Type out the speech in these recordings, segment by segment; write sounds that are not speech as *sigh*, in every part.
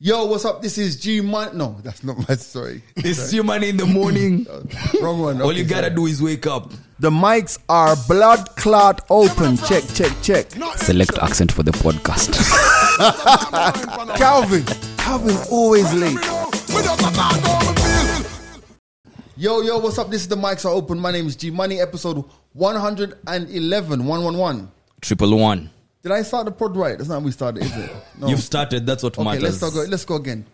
Yo, what's up? This is G Money. No, that's not my *laughs* story. It's your money in *laughs* the morning. Wrong one. All Okay, you gotta sorry. do is wake up. The mics are blood clot open. Check, check, check. Select accent for the podcast. Calvin. Calvin always late. Yo, yo, what's up? This is the mics are open. My name is G Money, episode 111. 111. Triple one. Did I start the pod right? That's not how we started, is *laughs* it? No. You've started. That's what Oh. okay, let's matters. go. Let's go again.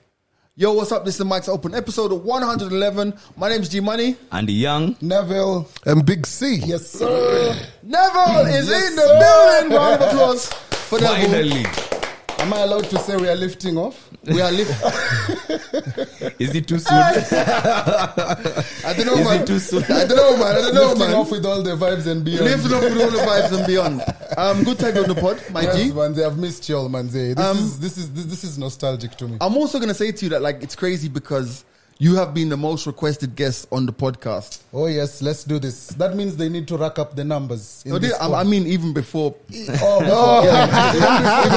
Yo, what's up? This is the mics are open. Episode 111. My name's G Money. And young. Neville And Big C. yes sir. Neville is Yes, in the sir. building. Round of applause for Neville. Finally. Am I allowed to say we are lifting off? We are live. Is it too soon? I don't know, Is man. it too soon? I don't know, man. I don't know, lifting man. off with all the vibes and beyond. Lifting off with all the vibes and beyond. Um, good time on the pod, my yes, G. Manze, I've missed you all, Manze. This Um, is this is this, this is nostalgic to me. I'm also gonna say to you that like it's crazy because you have been the most requested guest on the podcast. oh yes, let's do this. That means they need to rack up the numbers. In No, this this- Oh, I, pod. I mean, even *laughs* before. *laughs* oh, no. yeah.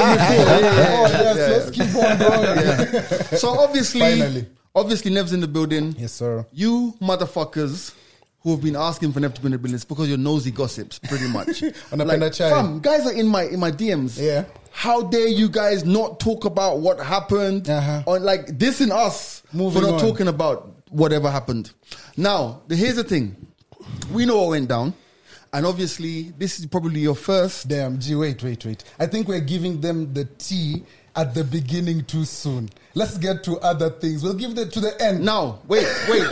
oh yes, yeah. let's keep on going. So obviously, Finally. obviously, Nev's in the building. Yes, sir. You motherfuckers who have been asking for Nev to be in the building it's because you're nosy gossips, pretty *laughs* much. Wanapenda chai. fam, guys are in my in my DMs. Yeah. How dare you guys not talk about what happened Uh-huh. on like this and us Moving for not on. talking about whatever happened. Now, the, here's the thing. We know what went down. And obviously, this is probably your first. Damn, G, wait, wait, wait. I think we're giving them the tea at the beginning too soon. Let's get to other things. We'll give that to the end. Now, wait, *laughs* wait.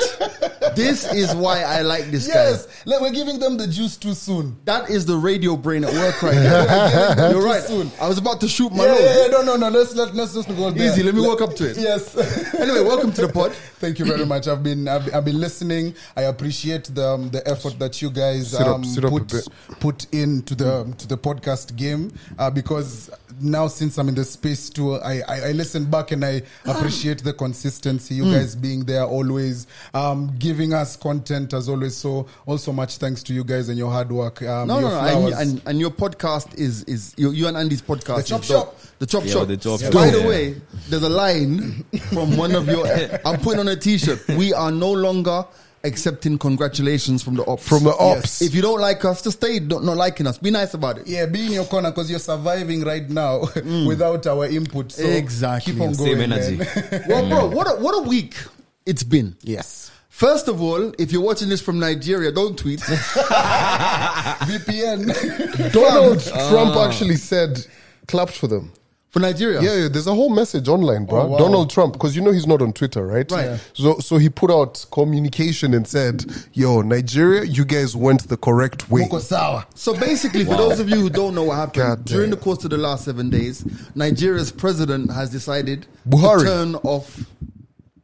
this is why I like this guy. yes, le- we're giving them the juice too soon. That is the radio brain at work right now. You're right. Too soon. I was about to shoot my Yeah, load. yeah, yeah, no, no, no. Let's let, let's just go there. Easy, let me walk up to it. Yes. *laughs* Anyway, welcome to the pod. Thank you very much. I've been I've, I've been listening. I appreciate the um, the effort that you guys Sit up, um, sit up a put bit. put into the um, to the podcast game uh, because now since I'm in the space too, I, I I listen back and *sighs* I appreciate the consistency. Hmm. You guys being there always, um, giving us content as always. So also much thanks to you guys and your hard work. Um, No, no, your no. flowers. And, and, and your podcast is is you, you and Andy's podcast. The Chop is dope. Shop. The chop Yeah, shop. the Chop By Shop. the Yeah. way, there's a line from one of *laughs* your. I'm putting on a T-shirt. We are no longer accepting congratulations from the ops. From the ops. If you don't like us, just stay not, not liking us. Be nice about *laughs* it. Yeah, be in your corner because you're surviving right now *laughs* without our input. So Hmm. Exactly. Keep on Same going. energy. man. Well, bro, what a, what a week it's been. yes. First of all, if you're watching this from Nigeria, don't *laughs* tweet. VPN. Donald Ah. Trump actually said, clapped for them. For Nigeria. Yeah, yeah, there's a whole message online, bro. Oh, wow. Donald Trump, because you know he's not on Twitter, right? Right. Yeah. So, so he put out communication and said, "Yo, Nigeria, you guys went the correct way." Moko sawa. So basically, for those of you who don't know what happened, God during the damn. course of the last seven days, Nigeria's president has decided to Buhari. turn off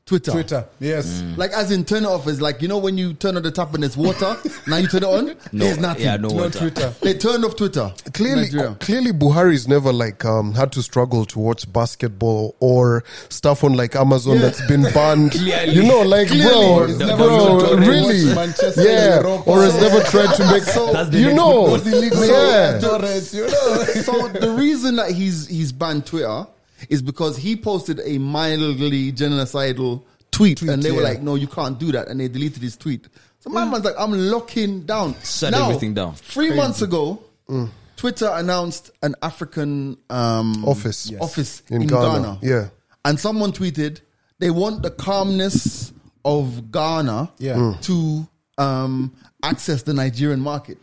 Twitter. Twitter. Yes. Like, as in, turn it off is like, you know, when you turn on the tap and there's water, now you turn it on, there's nothing. Yeah, *laughs* no, No water. Twitter. They turned off Twitter. Clearly, uh, Nigeria. clearly, Buhari's never like um, had to struggle to watch basketball or stuff on like Amazon that's been banned. Clearly. You know, like bro, He's never bro, watched- really, Manchester, yeah, Europa. or has never tried to make. That's the you next know, football. yeah. Torres, you know. *laughs* so the reason that he's he's banned Twitter is because he posted a mildly genocidal tweet, and they were yeah. like, "No, you can't do that," and they deleted his tweet. So my man's like, "I'm locking down, Shut everything down. Three months ago, Twitter announced an African um, Office. Yes. office in, In Ghana. Ghana, yeah. and someone tweeted they want the calmness of Ghana Yeah. Mm. to um, access the Nigerian market.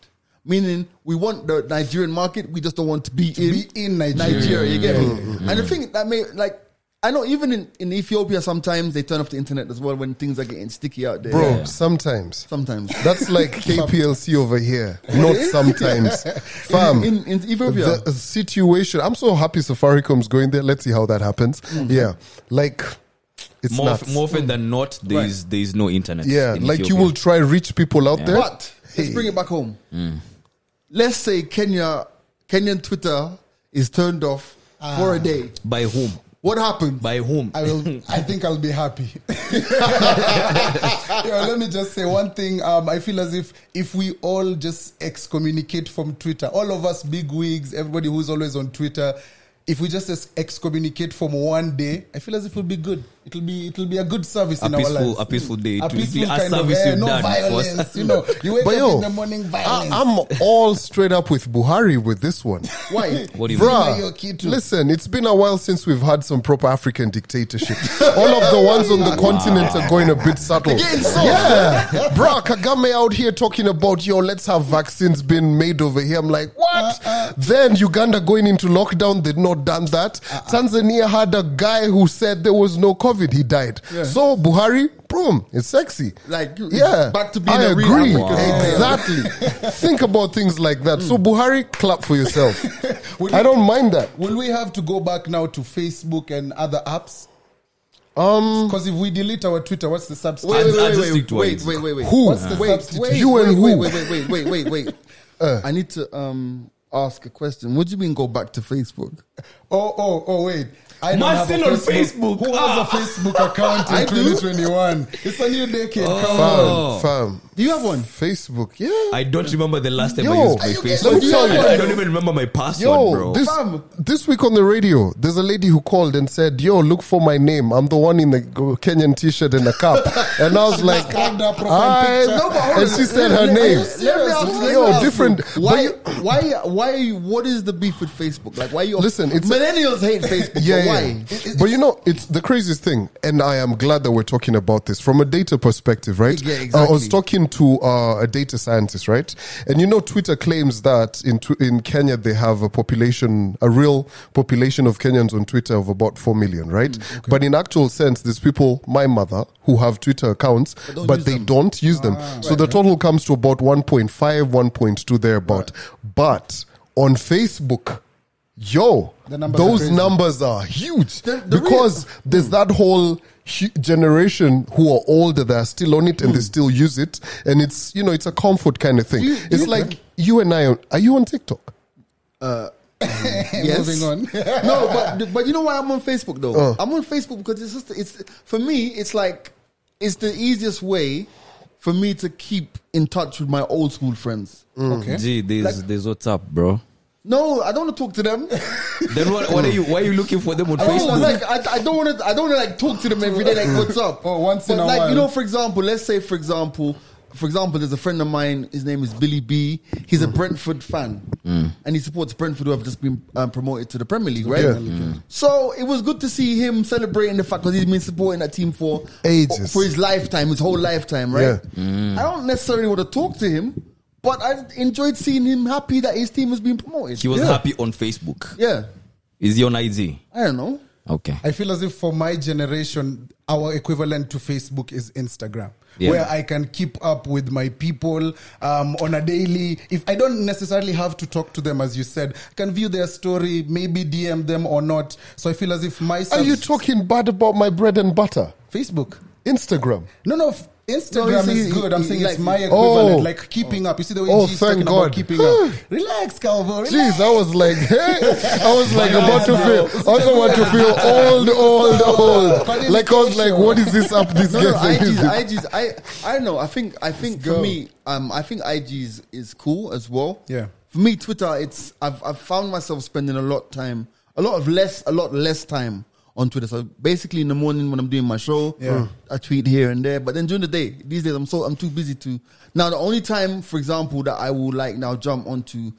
Meaning, we want the Nigerian market. We just don't want to be in be in Nigeria. You get Mm, me? And the thing that may like. I know even in, in Ethiopia sometimes they turn off the internet as well when things are getting sticky out there. bro. Sometimes Sometimes. That's like KPLC over here. Not sometimes. Fam. In- in Ethiopia. The uh, situation. I'm so happy Safaricom's going there. Let's see how that happens. Yeah. Like, it's More, nuts. more often than not, there is there is no internet. yeah. in Like, you Ethiopia. will try rich people out there. But let's bring it back home. Let's say Kenya, Kenyan Twitter is turned off for a day. by whom? What happened? By whom? I will. I think I'll be happy. Yeah, let me just say one thing. Um, I feel as if if we all just excommunicate from Twitter, all of us big wigs, everybody who's always on Twitter, if we just ex- excommunicate from one day, I feel as if it'll be good. It'll be it'll be a good service A in peaceful- our lives. a peaceful day. It A will be peaceful a kind service of eh, you've no done, of course. violence. *laughs* You know, you wake But up yo, in the morning, ah, I, violence. Ah, I'm all straight up with Buhari with this one. Why? *laughs* What do you mean? Your kid Bruh, too. listen, it's been a while since we've had some proper African dictatorship. *laughs* All of the ones on the continent are going a bit subtle. Yeah. *laughs* Bruh, Kagame out here talking about, yo, let's have vaccines being made over here. I'm like, what? Uh, Then Uganda going into lockdown, they'd not done that. Uh, Tanzania had a guy who said there was no COVID, he died. So Buhari, boom, it's sexy. Like, you- yeah, back to being I a real agree. African. Wow. Exactly. *laughs* Think about things like that. So Buhari, clap for *laughs* yourself. Would I you- don't mind that. Will we have to go back now to Facebook and other apps? Um, Because if we delete our Twitter, what's the substance? Wait, I'll- I'll just stick to wait, it. wait, wait, wait. Who? What's the Wait, substitute? wait, You wait, and wait, who? Wait, wait, wait, wait, wait, *laughs* wait. Uh. I need to um ask a question. Would you mean go back to Facebook? Oh, oh, oh, wait. I don't Marcel have a on Facebook. Who Ah. has a Facebook *laughs* account I in do. 2021? It's a new decade. Oh. Come fam, on. fam. Do you have one? Facebook, yeah. I don't remember the last time Yo, I used my are you Facebook. kidding? Let me tell you. I don't even remember my password, Yo, bro. this Fam. this week on the radio, there's a lady who called and said, "Yo, look for my name. I'm the one in the Kenyan T-shirt and a *laughs* cup." And I was like, grabbed her profile "I-" picture. No, but hold and she said her Let me- name. Let me ask you- let me ask Yo, you. different. Why? But you- why? Why? What is the beef with Facebook? Like, why you? Listen, it's- millennials hate Facebook. yeah, but yeah. why? but you know, it's the craziest thing, and I am glad that we're talking about this from a data perspective, right? Yeah, I was exactly. talking to uh, a data scientist, right? And you know, Twitter claims that in Tw- in Kenya they have a population, a real population of Kenyans on Twitter of about four million, right? Mm, But in actual sense, there's people, my mother, who have Twitter accounts, but, use they them. Ah, don't use them. so the total comes to about 1.5, 1.2 thereabout. But on Facebook, yo, The numbers are those crazy. numbers are huge The- the because there's that whole hu- generation who are older that are still on it and they still use it, and it's you know it's a comfort kind of thing. Hmm. you- do it's you- like you and I. Are, are you on TikTok? *laughs* Yes. Moving *laughs* on. no, but but you know why I'm on Facebook though. Uh. I'm on Facebook because it's just it's for me. It's like it's the easiest way for me to keep in touch with my old school friends. okay. Gee, there's there's what's up, bro. No, I don't want to talk to them. Then what, what are you? Why are you looking for them on I don't, Facebook? like I, I don't want to I don't want to like talk to them every day like what's up Oh, once in But, a like you while. know for example let's say for example for example there's a friend of mine his name is Billy B he's Mm. a Brentford fan Mm. and he supports Brentford who have just been um, promoted to the Premier League right Yeah. Mm. so it was good to see him celebrating the fact that he's been supporting that team for Ages. for his lifetime his whole lifetime right Mm. I don't necessarily want to talk to him but I enjoyed seeing him happy that his team has been promoted he was yeah. happy on Facebook. yeah Is he on IG? I don't know Okay. I feel as if for my generation, our equivalent to Facebook is Instagram. Yeah. Where I can keep up with my people um, on a daily. If I don't necessarily have to talk to them, as you said, I can view their story, maybe DM them or not. So I feel as if my Are you subs- talking bad about my bread and butter? Facebook? Instagram. No, no. f- Instagram No, he's- is good. I'm he- saying he it's likes my it. equivalent, Oh. like keeping up. You see the way Oh, G's thank talking God. about keeping *sighs* up. Relax, Calvo. Relax. Jeez, I was like, hey, I was like about to feel, I was about to *laughs* feel old, old, old. Like I was like, what is this up these No, no, guys are IG's, using? IG's, I, I don't know. I think, I think for me, um, I think IG's is cool as well. Yeah. For me, Twitter, it's I've I've found myself spending a lot time, a lot of less, a lot less time on Twitter. So basically, in the morning when I'm doing my show, Yeah. I tweet here and there. But then during the day, these days I'm so I'm too busy to. Now the only time, for example, that I will like now jump onto.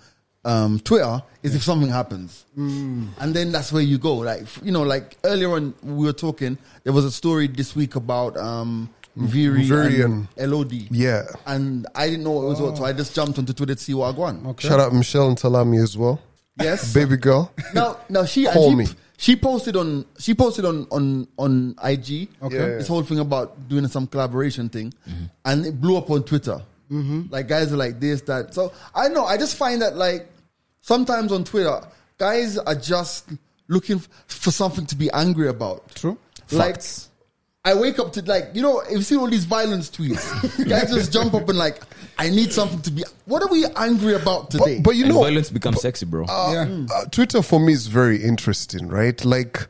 Um, Twitter is if something happens, and then that's where you go. Like f- you know, like earlier on we were talking. There was a story this week about um, Viri Mviri and LOD. Yeah. and I didn't know what it was what, so I just jumped onto Twitter to see what I won. Shout out Michelle and Talami as well, Yes. baby girl. now, now she and Call she, me. she posted on she posted on on on IG Okay. Yeah. this whole thing about doing some collaboration thing, Mm-hmm. and it blew up on Twitter. Like guys are like this that. So I know I just find that like sometimes on Twitter guys are just looking f- for something to be angry about. True. Like I wake up to like you know you've seen all these violence *laughs* tweets. Guys just jump up and like I need something to be. What are we angry about today? But, but you and know, violence becomes sexy, bro. uh, Twitter for me is very interesting, right? Like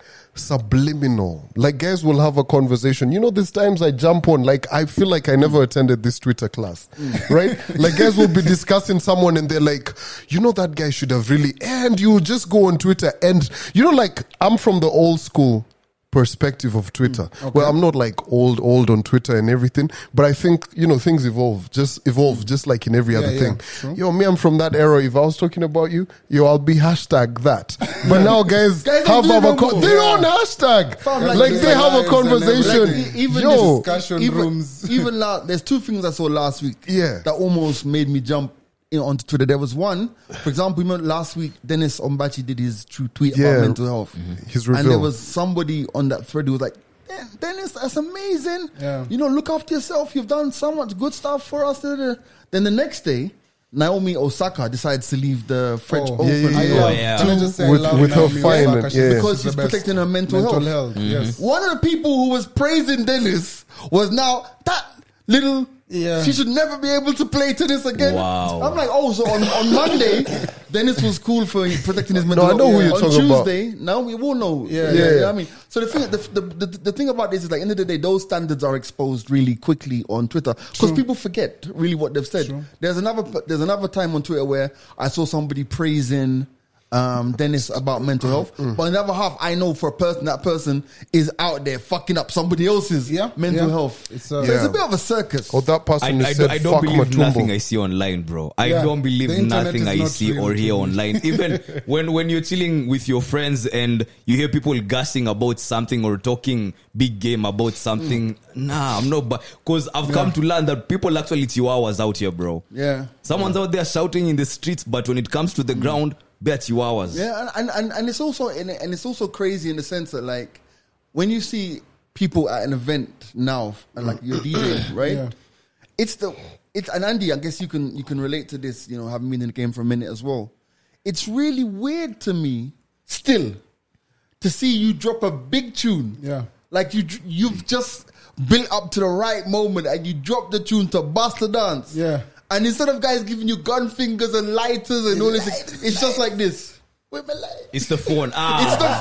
subliminal. Like guys will have a conversation. You know, these times I jump on, like I feel like I never attended this Twitter class, right? Like guys will be discussing someone and they're like, you know, that guy should have really, and you just go on Twitter and you know, like I'm from the old school perspective of Twitter. Mm, Well, I'm not like old, old on Twitter and everything, but I think, you know, things evolve, just evolve, just like in every other yeah, thing. Yo, me, I'm from that era. If I was talking about you, yo, I'll be hashtag that. But now *laughs* guys, Guys don't have do it our, no con- more. they Yeah. don't hashtag. Fam, like like, they have a lives and conversation. everything. E- even yo, this- Discussion even, rooms. even la- there's two things I saw last week. Yeah. that almost made me jump in onto Twitter. There was one, for example, remember last week Dennis Ombachi did his true tweet Yeah. about mental health. His and there reveal. was somebody on that thread who was like. "Den- Dennis, that's amazing. Yeah. You know, look after yourself. You've done so much good stuff for us. Da, da, da." Then the next day, Naomi Osaka decides to leave the French Oh, Open. yeah, yeah, yeah. love- Oh, yeah. Can I just say I With- love with her Naomi fine, Osaka. She's yeah. the Because she's best. protecting her mental health. Mm-hmm. Yes. One of the people who was praising Dennis was now that little. Yeah. She should never be able to play tennis again. Wow. I'm like, oh, so on, on Monday, *laughs* Dennis was cool for protecting his mental I health. know who you're on talking about. Tuesday, now we will know. Yeah. You know Yeah. what I mean? So the thing, the, the, the, the thing about this is like, end of the day, those standards are exposed really quickly on Twitter because people forget really what they've said. There's another, there's another time on Twitter where I saw somebody praising um, Dennis about mental health, Mm. but on the other half, I know for a person that person is out there fucking up somebody else's Yeah, mental yeah. health. It's a- so it's Yeah. a bit of a circus. or Oh, that I, person who I said, don't, I fuck don't believe Matumbo. nothing I see online, bro. I Yeah. don't The believe internet nothing is I not see real or to hear me. online. Even when when you're chilling with your friends and you hear people gushing about something or talking big game about something, nah, I'm not. Because I've come to learn that people actually chihuahuas out here, bro. Yeah. someone's out there shouting in the streets, but when it comes to the ground, they're chihuahuas. Yeah, and, and, and, and it's also and, and it's also crazy in the sense that like when you see people at an event now and like *clears throat* you're DJing, right? Yeah. It's the it's and Andy, I guess you can you can relate to this, you know, having been in the game for a minute as well. It's really weird to me still to see you drop a big tune. Yeah. Like you dr- you've just built up to the right moment and you drop the tune to Buster Dance. Yeah. And instead of guys giving you gun fingers and lighters and all this, it's just like this. With my light. It's the phone. Ah, It's the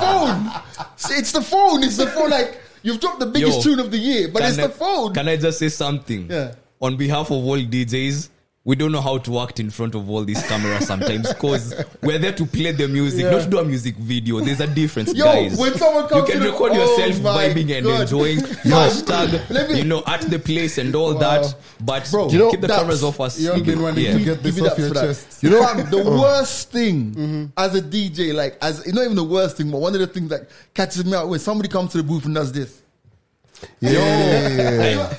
phone. It's the phone. It's the phone. Like you've dropped the biggest Yo, tune of the year, but it's I, the phone. Can I just say something? Yeah. On behalf of all DJs, we don't know how to act in front of all these cameras sometimes because we're there to play the music, not to do a music video. There's a difference, Yo, guys. when someone comes you can to the- record Oh yourself my vibing and God. *laughs* enjoying Let hashtag, me- you know, at the place and all that. But Bro, you you know, keep the that's- cameras off us. You've been wanting to get this Give it off up your for that. chest. Oh. You know, Fam, *laughs* the worst thing as a DJ, like as it's not even the worst thing, but one of the things that catches me out when somebody comes to the booth and does this. Yeah.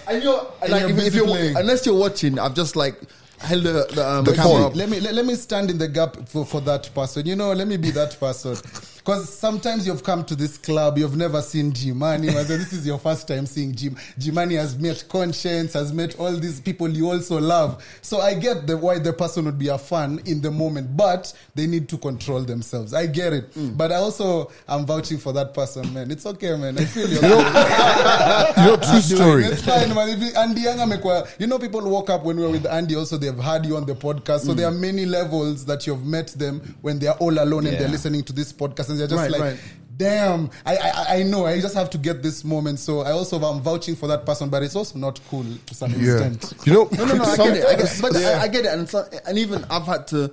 And you're And like, you're if, busy if you're playing. unless you're watching, I've just like held the, the, um, The camera phone. up. Let me let, let me stand in the gap for, for that person. You know, let me be that person. Because sometimes you've come to this club, you've never seen Jimani. and This is your first time seeing Jim. Jimani has met Conscience, has met all these people you also love. So I get the why the person would be a fan in the moment, but they need to control themselves. I get it. But I also am vouching for that person, man. It's okay, man. I feel you. You know, *laughs* true story. It's fine, man. If you- Andy Young amekuwa- you know, people woke up when we were with Andy. Also, they've had you on the podcast, Hmm. so there are many levels that you've met them when they are all alone and they're Yeah. listening to this podcast, and they're just Right, like. right. Damn, I, I I know. I just have to get this moment. So I also am vouching for that person, but it's also not cool to some Yeah. extent. You know, No, no, no. I some- get it. I get *laughs* it. But I, I get it, and, so, and even I've had to,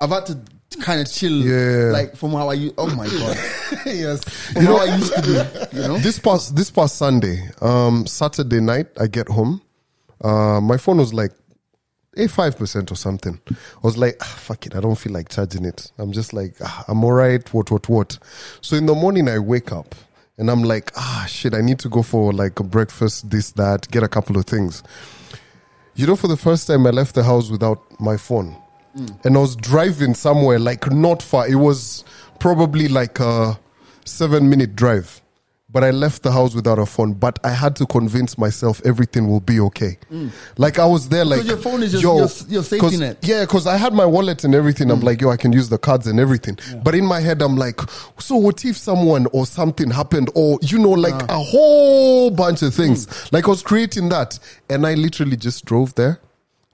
I've had to kind of chill. Yeah. Like from how I used. Oh my god. *laughs* yes, *laughs* From how I used to do. You know. this past this past Sunday, um, Saturday night, I get home. Uh, my phone was like a five percent or something. I was like, ah, fuck it, I don't feel like charging it. I'm just like, ah, I'm all right. What what what? So in the morning, I wake up and I'm like, ah, shit, I need to go for like a breakfast, this that, get a couple of things. You know, for the first time, I left the house without my phone. Mm. And I was driving somewhere, like not far. It was probably like a seven minute drive. But I left the house without a phone. But I had to convince myself everything will be okay. Like I was there, like Mm. your phone is your- yo, your s- your safety 'cause- net. Yeah, because I had my wallet and everything. Mm. I'm like, yo, I can use the cards and everything. But in my head, I'm like, so what if someone or something happened, or you know, like a whole bunch of things. Mm. Like I was creating that, and I literally just drove there,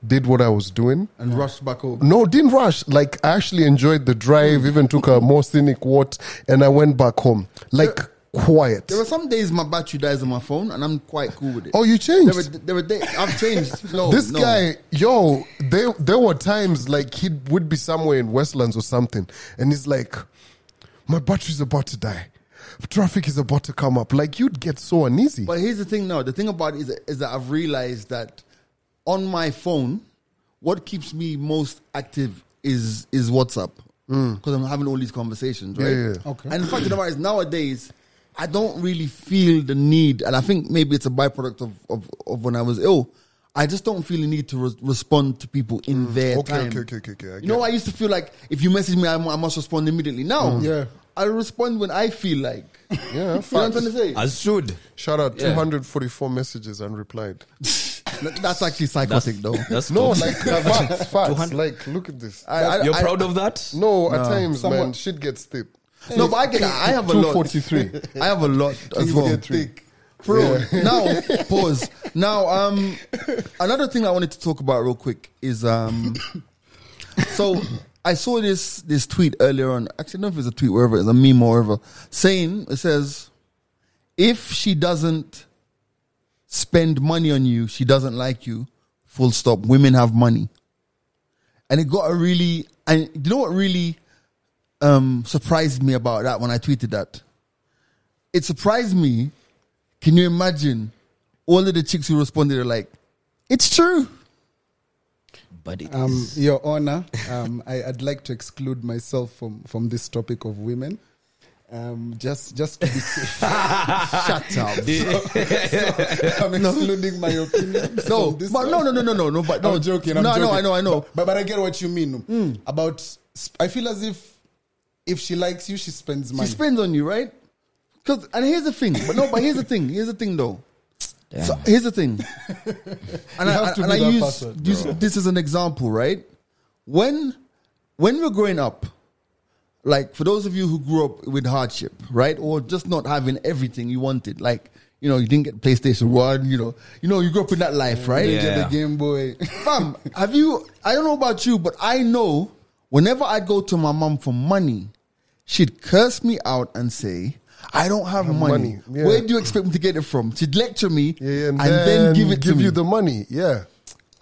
did what I was doing. and rushed back home. No, didn't rush. Like I actually enjoyed the drive, even took a more scenic walk, and I went back home. Like quiet. There were some days my battery dies on my phone, and I'm quite cool with it. Oh, you changed. There were, there were days I've changed. *laughs* No, this Oh, no. guy, yo, there there were times like he would be somewhere in Westlands or something, and he's like, My battery's about to die. Traffic is about to come up. Like you'd get so uneasy. But here's the thing now. The thing about it is, is that I've realized that on my phone, what keeps me most active is is WhatsApp because I'm having all these conversations, right? Mm. Yeah, yeah. Okay. And the fact of the matter is, nowadays I don't really feel the need, and I think maybe it's a byproduct of of, of when I was ill. I just don't feel the need to re- respond to people in their Mm. Okay, time. okay, okay, okay, okay, I You know, I used to feel like if you message me, I, mu- I must respond immediately. Now, Mm. Yeah. I respond when I feel like. you yeah, know what I'm trying to facts. say? As should. Shout out, Yeah. 244 messages *laughs* unreplied. That's actually psychotic, though. That's No, tough. *laughs* like facts, facts. 200. Like, look at this. I- I- You're I- proud of that? No, at times, Somewhat. man, shit gets thick. No, but I get. I have a lot. 243. I have a *laughs* lot as You well. get thick. Bro, *laughs* now pause. Now, um, another thing I wanted to talk about real quick is *coughs* um, so I saw this this tweet earlier on. Actually, I don't know if it's a tweet, wherever it's a meme or whatever. Saying it says, if she doesn't spend money on you, she doesn't like you. Full stop. Women have money, and it got a really and you know what really um surprised me about that when I tweeted that. It surprised me can you imagine all of the chicks who responded are like, it's true. *laughs* But it Um, Your Honor, um, I, I'd like to exclude myself from, from this topic of women. Um, just, just to be safe, *laughs* Shut up. *laughs* I'm excluding my opinion. No, from this but no, no, no, no, no, no. But no, I'm joking. I'm no, joking. no, I know, I know. Mm. But, but I get what you mean about. sp- I feel as if if she likes you, she spends She money. spends on you, right? Cause, and here's the thing, but no, but here's the thing. Here's the thing, though. So here's the thing, and I, have to and I be that use person, this, this as an example, right? When when we're growing up, like for those of you who grew up with hardship, right, or just not having everything you wanted, like you know you didn't get PlayStation One, you know, you know you grew up in that life, right? Yeah. The Game Boy. Fam, have you? I don't know about you, but I know whenever I go to my mom for money, she'd curse me out and say, I don't have money. money, yeah. Where do you expect me to get it from? She'd lecture me Yeah, and, then, give it give to me. you the money. Yeah.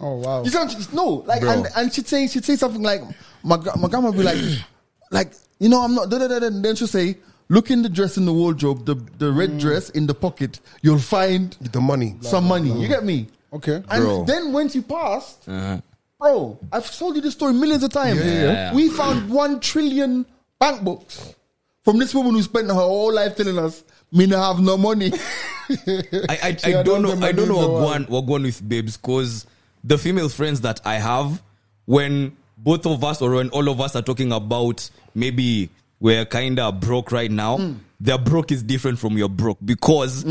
Oh wow! You don't, no, like, Bro. and, and she'd say, she'd say something like, my, gra- my grandma would be like, *clears throat* like, you know, I'm not, da, da, da, da. and then she'll say, look in the dress in the wardrobe, the, the red dress in the pocket, you'll find The money. some money. You get me? Okay. And Bro. then when she passed, Uh-huh. bro, I've told you this story millions of times. yeah. We found one trillion bank books from this woman who spent her whole life telling us, "Me not have no *laughs* money." *laughs* I, Yeah, I, I don't don't know. I remember don't know the what going, what going with babes because the female friends that I have, when both of us or when all of us are talking about maybe we're kind of broke right now, Hmm. their broke is different from your broke because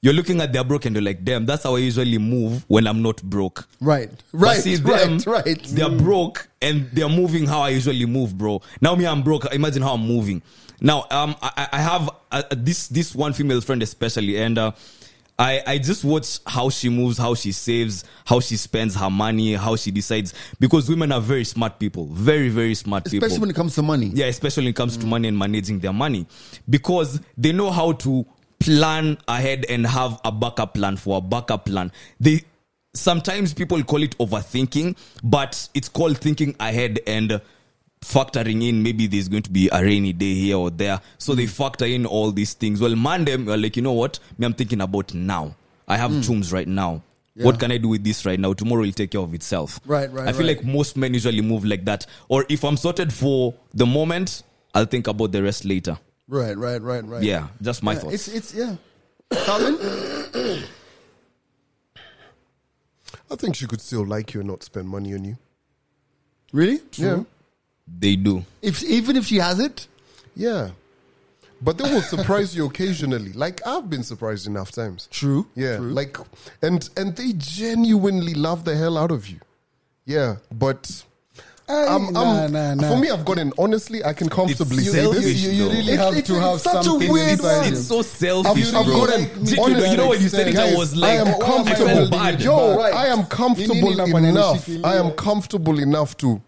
you're looking at their broke and you're like, damn, that's how I usually move when I'm not broke. right, But right, see them, right, right. They're broke and they're moving how I usually move, bro. Now me, I'm broke. Imagine how I'm moving. Now, um, I, I I have uh, uh, this this one female friend especially, and uh, I I just watch how she moves, how she saves, how she spends her money, how she decides. Because women are very smart people, very very smart Especially people. when it comes to money. Yeah, especially when it comes to money and managing their money because they know how to plan ahead and have a backup plan for a backup plan. They sometimes people call it overthinking, but it's called thinking ahead and factoring in maybe there's going to be a rainy day here or there. So Mm. they factor in all these things. Well, man, them are like, you know what? Me, I'm thinking about now. I have Mm. chooms right now. What can I do with this right now? Tomorrow will take care of itself. Right, right, I feel right. like most men usually move like that. Or if I'm sorted for the moment, I'll think about the rest later. right, right, right, right. Yeah, just my Yeah, it's thoughts. it's yeah. Calvin, I think she could still like you and not spend money on you. really? Yeah. they do. If even if she has it, Yeah. But they will surprise you occasionally. Like I've been surprised enough times. True. Yeah. True. Like and and they genuinely love the hell out of you. Yeah. But Aye, I'm, nah, I'm- nah, nah. for me, I've gotten honestly, I can comfortably It's say You, selfish, this. you, you though. really It's- have it's- to it's have such a something weird inside one. you. It's so selfish, I've- I've bro. gotten- Did you- honestly, you know when you said it, I guys, was like, I am why am I I felt holding comfortable. bad. it Yo, back? I am Nini comfortable na pananishi enough. kilia. I am comfortable enough to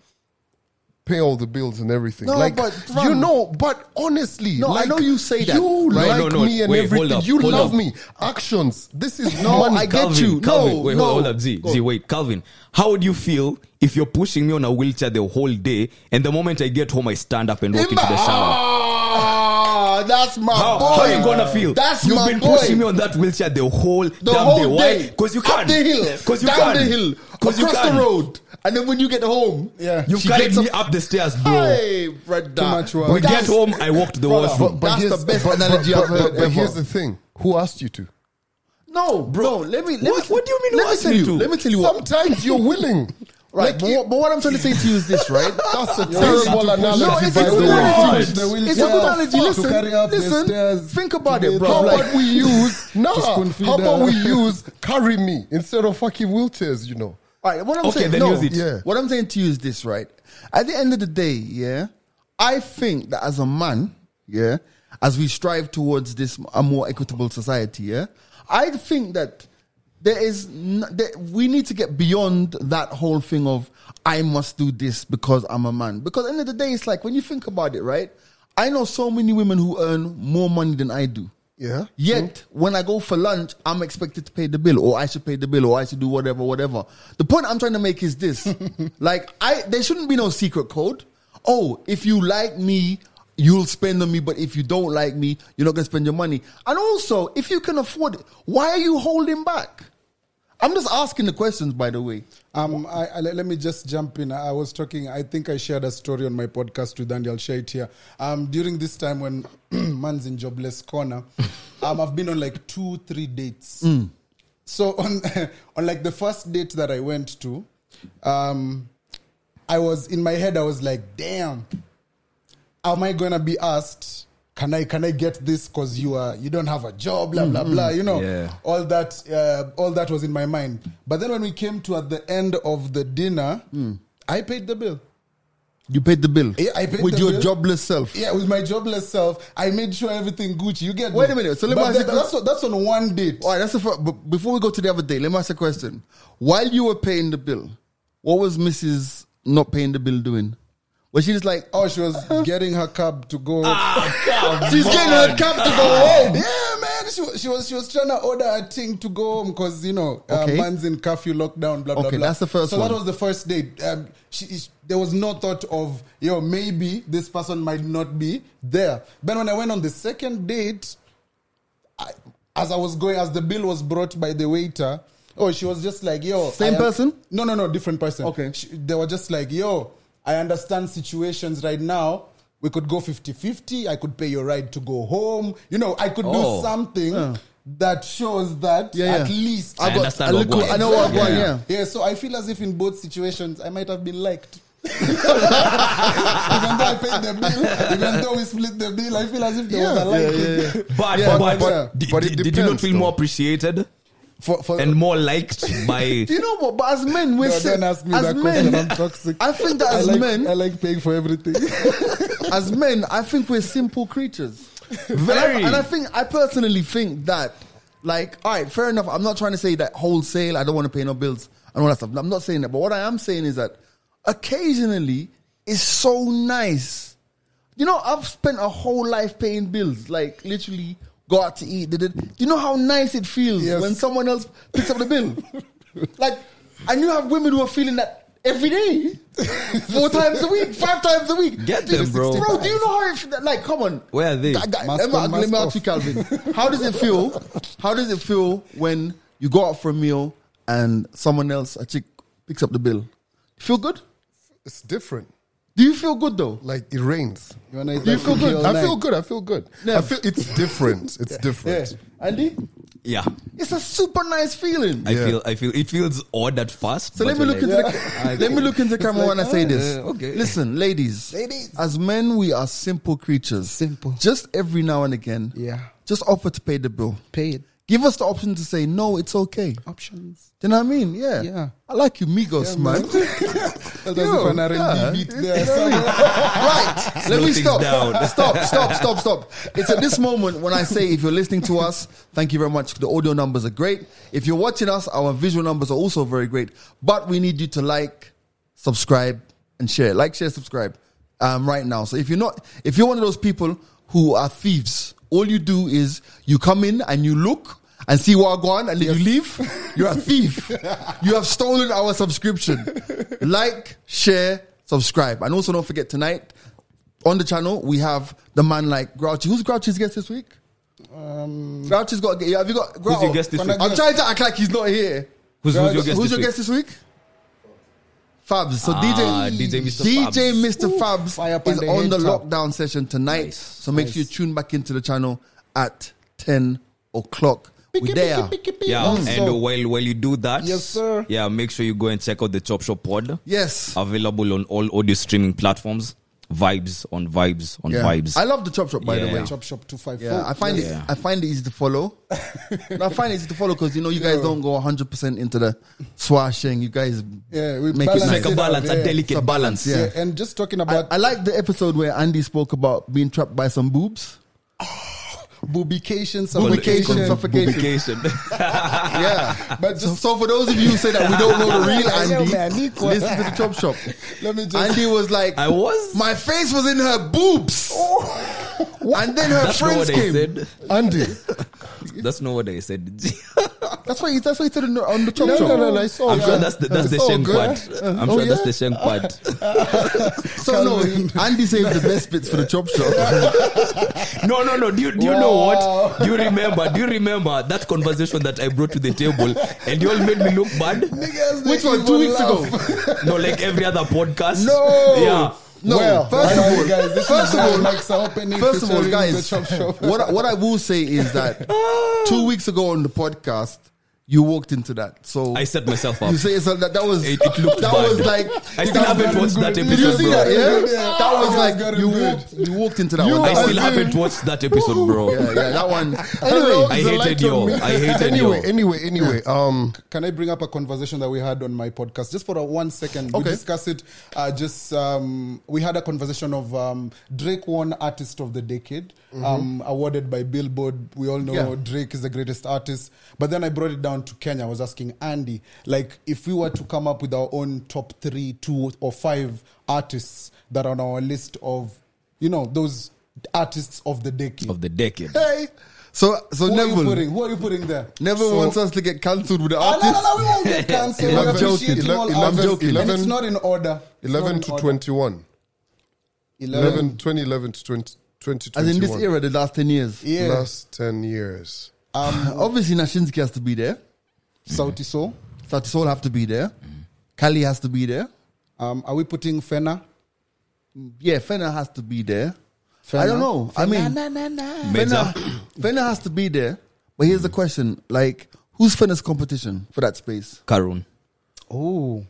pay all the bills and everything. No, like but, you fam. know, but honestly, No, I like, know you say that, You right? like No, no, no. me and Wait, hold everything. up, you hold love up. me. Actions. This is No, money. I Calvin, get you. Calvin, no, wait, no. hold- hold up, Z, Go. Z, wait, Calvin. How would you feel if you're pushing me on a wheelchair the whole day, and the moment I get home, I stand up and walk into the shower? Ah, that's my How, boy. Oh, how you gonna feel? That's You've my been boy. pushing me on that wheelchair the whole the damn day. whole Why? day. Because you Up can't. the hill. Because you down can't. the hill. Because you across can't. the road. And then when you get home, Yeah. You she carried gets me up- up the stairs, bro. Hey, brother. Too much work. we get That's- home, I walk to the Brother, washroom. that's here's- the best but- but- analogy but- I've heard But but here's ever. the thing: Who asked you to? No, bro. Let me. Let What- me what do you mean Let you me ask tell me you. to? Let me tell you what. Sometimes you're willing. *laughs* Right, Like but, you- what- but what I'm trying to say to you is this, right? That's a Yes, terrible to push analogy. it No, it's a by the good way. way. analogy. To push the It's a good wheelchair. analogy. To Listen, carry up the listen. stairs. Think about it, To bro. get How *laughs* Like- about we *laughs* use nah, To spoon feed How about her. we use carry me instead of fucking wheelchairs? You know. All right, what I'm Okay, saying, then no, use it. Yeah. What I'm saying to you is this, right? At the end of the day, yeah, I think that as a man, yeah, as we strive towards this a more equitable society, yeah, I think that there is n- that we need to get beyond that whole thing of I must do this because I'm a man. Because at the end of the day, it's like when you think about it, right? I know so many women who earn more money than I do. Yeah. Yet, Hmm? when I go for lunch, I'm expected to pay the bill, or I should pay the bill, or I should do whatever, whatever. The point I'm trying to make is *laughs* this: like, I there shouldn't be no secret code. Oh, if you like me, you'll spend on me, but if you don't like me, you're not gonna spend your money. And also, if you can afford it, why are you holding back? I'm just asking the questions, by the way. Um, I, I, let me just jump in. I was talking. I think I shared a story on my podcast with Andy. I'll share it here. Um, during this time when *clears throat* man's in jobless corner, um, I've been on like two, three dates. So *laughs* on, on like the first date that I went to, um, I was in my head. I was like, damn, am I gonna be asked? Can I can I get this? Cause you are you don't have a job, blah blah blah. Mm-hmm. You know, Yeah. all that uh, all that was in my mind. But then when we came to at the end of the dinner, Mm. I paid the bill. You paid the bill Yeah, I paid with the your bill. jobless self. Yeah, with my jobless self, I made sure everything Gucci. You get Wait me? a minute, so let me But ask you that- a that's on- that's on one date. All right, that's the first. But before we go to the other day, let me ask a question. While you were paying the bill, what was Mrs. not paying the bill doing? Was she just like, Oh, she was *laughs* getting her cab to go. Ah, she's getting her cab to go home? *laughs* Yeah, man. She, wa- she was she was trying to order a thing to go home because you know Okay. uh, man's in curfew lockdown. Blah blah Okay, blah. that's the first So that one. was the first date. Um, she, she- there was no thought of yo maybe this person might not be there. But when I went on the second date, I, as I was going, as the bill was brought by the waiter, oh she was just like yo Same I am- person? No, no, no, different person. Okay. She- they were just like, yo, I understand situations right now. We could go 50 50. I could pay your ride to go home. You know, I could Oh. do something that shows that Yeah, yeah. at least. I got understand a what little- going. I know what I'm Yeah. going, yeah. yeah, so I feel as if in both situations, I might have been *laughs* liked. *laughs* even though I paid the bill, even though we split the bill, I feel as if there was a liking. *laughs* But, Yeah, but, but- did- but it did, did you not depends, feel though. more appreciated For, for, and more liked by. *laughs* Do you know what? But as men, we're no, sick. don't ask me as that men, question. I'm toxic. I think that I as like, men, I like paying for everything. *laughs* as men, I think we're simple creatures. Very. And I, and I think I personally think that, like, all right, fair enough. I'm not trying to say that wholesale. I don't want to pay no bills and all that stuff. I'm not saying that. But what I am saying is that occasionally it's so nice. You know, I've spent a whole life paying bills, like literally go out to eat. did it. Do you know how nice it feels Yes. when someone else picks up the bill? like, and you have women who are feeling that every day, *laughs* four times a week, five times a week. Get Do you- them, bro. Bro, do you know how it, like, come on. Where are they? That guy- Mask let me- on, let me mask ask you, *laughs* Calvin. How does it feel? How does it feel when you go out for a meal and someone else, a chick, picks up the bill? Feel good? It's different. Do you feel good though? Like it rains. You wanna eat Do you that feel cookie good? *laughs* all I feel night? good. I feel good. Yeah. I feel it's different. It's Yeah. different. Andy, Yeah, it's a super nice feeling. I feel. I feel. It feels odd at first. So let but me you're look into like- *laughs* the let me look into the camera when I say this. okay. Listen, ladies, ah, Ladies. as men we are simple creatures. Simple. Just every now and again. Yeah. Just offer to pay the bill. Pay it. Give us the option to say no, it's okay. Do Options. you know what I mean? Yeah. Yeah. I like you, Migos, man. That's Yo, an R&B yeah. beat It's- there. it's really- *laughs* right. Let me things stop. down. *laughs* Stop, stop, stop, stop. It's at this moment when I say if you're listening to us, thank you very much. The audio numbers are great. If you're watching us, our visual numbers are also very great. But we need you to like, subscribe, and share. Like, share, subscribe. Um, right now. So if you're not if you're one of those people who are thieves, all you do is you come in and you look and see what go on and then you leave, you're a thief. you have stolen our subscription. Like, share, subscribe. And also don't forget tonight on the channel we have the man like Grouchy. Who's Grouchy's guest this week? Um, Grouchy's got. Have you got? Grouchy? your guest this week? I'm trying to act like he's not here. Who's- who's your Who's guest this your week? guest this week? Fabs. So Ah, DJ DJ Mr. DJ Fabs. Mr. Fabs fire up is on the on head the top. lockdown session tonight. Nice, So make sure you tune back into the channel at ten o'clock. We there. Yeah, and while while you do that, Mm. Yes, sir. Yeah, make sure you go and check out the Chop Shop Pod. Yes. available on all audio streaming platforms. Vibes on vibes on Yeah. vibes. I love the chop shop by the Yeah. way. Chop shop two five four. Yeah, I find it. Yeah. I find it easy to *laughs* follow. No, I find it easy to follow because you know you guys don't go 100 percent into the swashing. You guys Yeah, we make it balance it's nice. like it. a balance, Yeah. a delicate balance. yeah. Yeah, and just talking I, about I like the episode where Andy spoke about being trapped by some boobs. *sighs* boobication, Call it- Boobication, suffocation. call it suffocation. boobication. Yeah, *laughs* But so, just so for those of you who say that we don't know the real *laughs* I know, Andy, man, he quit. listen to the chop shop. *laughs* let me just Andy was like, *laughs* I was. My face was in her *laughs* boobs, and then her That's not friends what I came. said. Andy. That's not what I said. *laughs* That's why he, that's why he said on the, on the chop No, shop. no, no, no. I Oh, saw I'm sure that. that's the that's the It's all shame good. part. I'm sure that's the shame part. So no, Andy saved the best bits for the chop shop. No, no, no. Do you, do you know what? Do you remember? Do you remember that conversation that I brought to the table and you all made me look bad? *laughs* Which one? Two weeks ago. No, like every other podcast. No. Yeah. No, Well, first of I know all, you guys, this first is of all, Mike's opening first of all, featuring the guys, Chop Shop. what I, what I will say is *laughs* that two weeks ago on the podcast, you walked into that. So I set myself up. you say so that that was It- it looked that bad. was like I still haven't watched that Did you episode, see bro. that? Yeah, Yeah. that was Yeah. like Got you it good. walked you walked into that You one. I That still was- haven't watched that episode, bro. yeah, yeah, that one. Hello, I Anyway, is the hated light you. on me? I hated anyway, you. Anyway, anyway, Um, Can I bring up a conversation that we had on my podcast just for a one second? Okay. We discussed it. Uh, just um, we had a conversation of um, Drake won Artist of the Decade, um, awarded by Billboard. We all know Mm-hmm. Yeah. Drake is the greatest artist. But then I brought it down to Kenya. I was asking Andy, like, if we were to come up with our own top three, two, or five artists that are on our list of, you know, those artists of the decade. Of the decade. hey, so so who are you Neville putting? Who are you putting there? Neville So- wants us to get cancelled with the Ah, no, no, artist. no, we won't *laughs* get cancelled. I'm We're joking. appreciating all I'm others. joking. And it's 11 not in order. It's not 11 in to order. 21. 11. 11, 2011 to 20, 2021. As in this era, the last ten years, Yeah. Last 10 years. obviously Nashinsky has to be there. Sauti Sol. Satisol have to be there. Kali has to be there. Um, are we putting Fena? Yeah, Fenner has to be there. Fena? I don't know. I mean, Fenner, Meza. *coughs* Fenner has to be there. But here's the question: like, who's Fenner's competition for that space? Karun. Oh.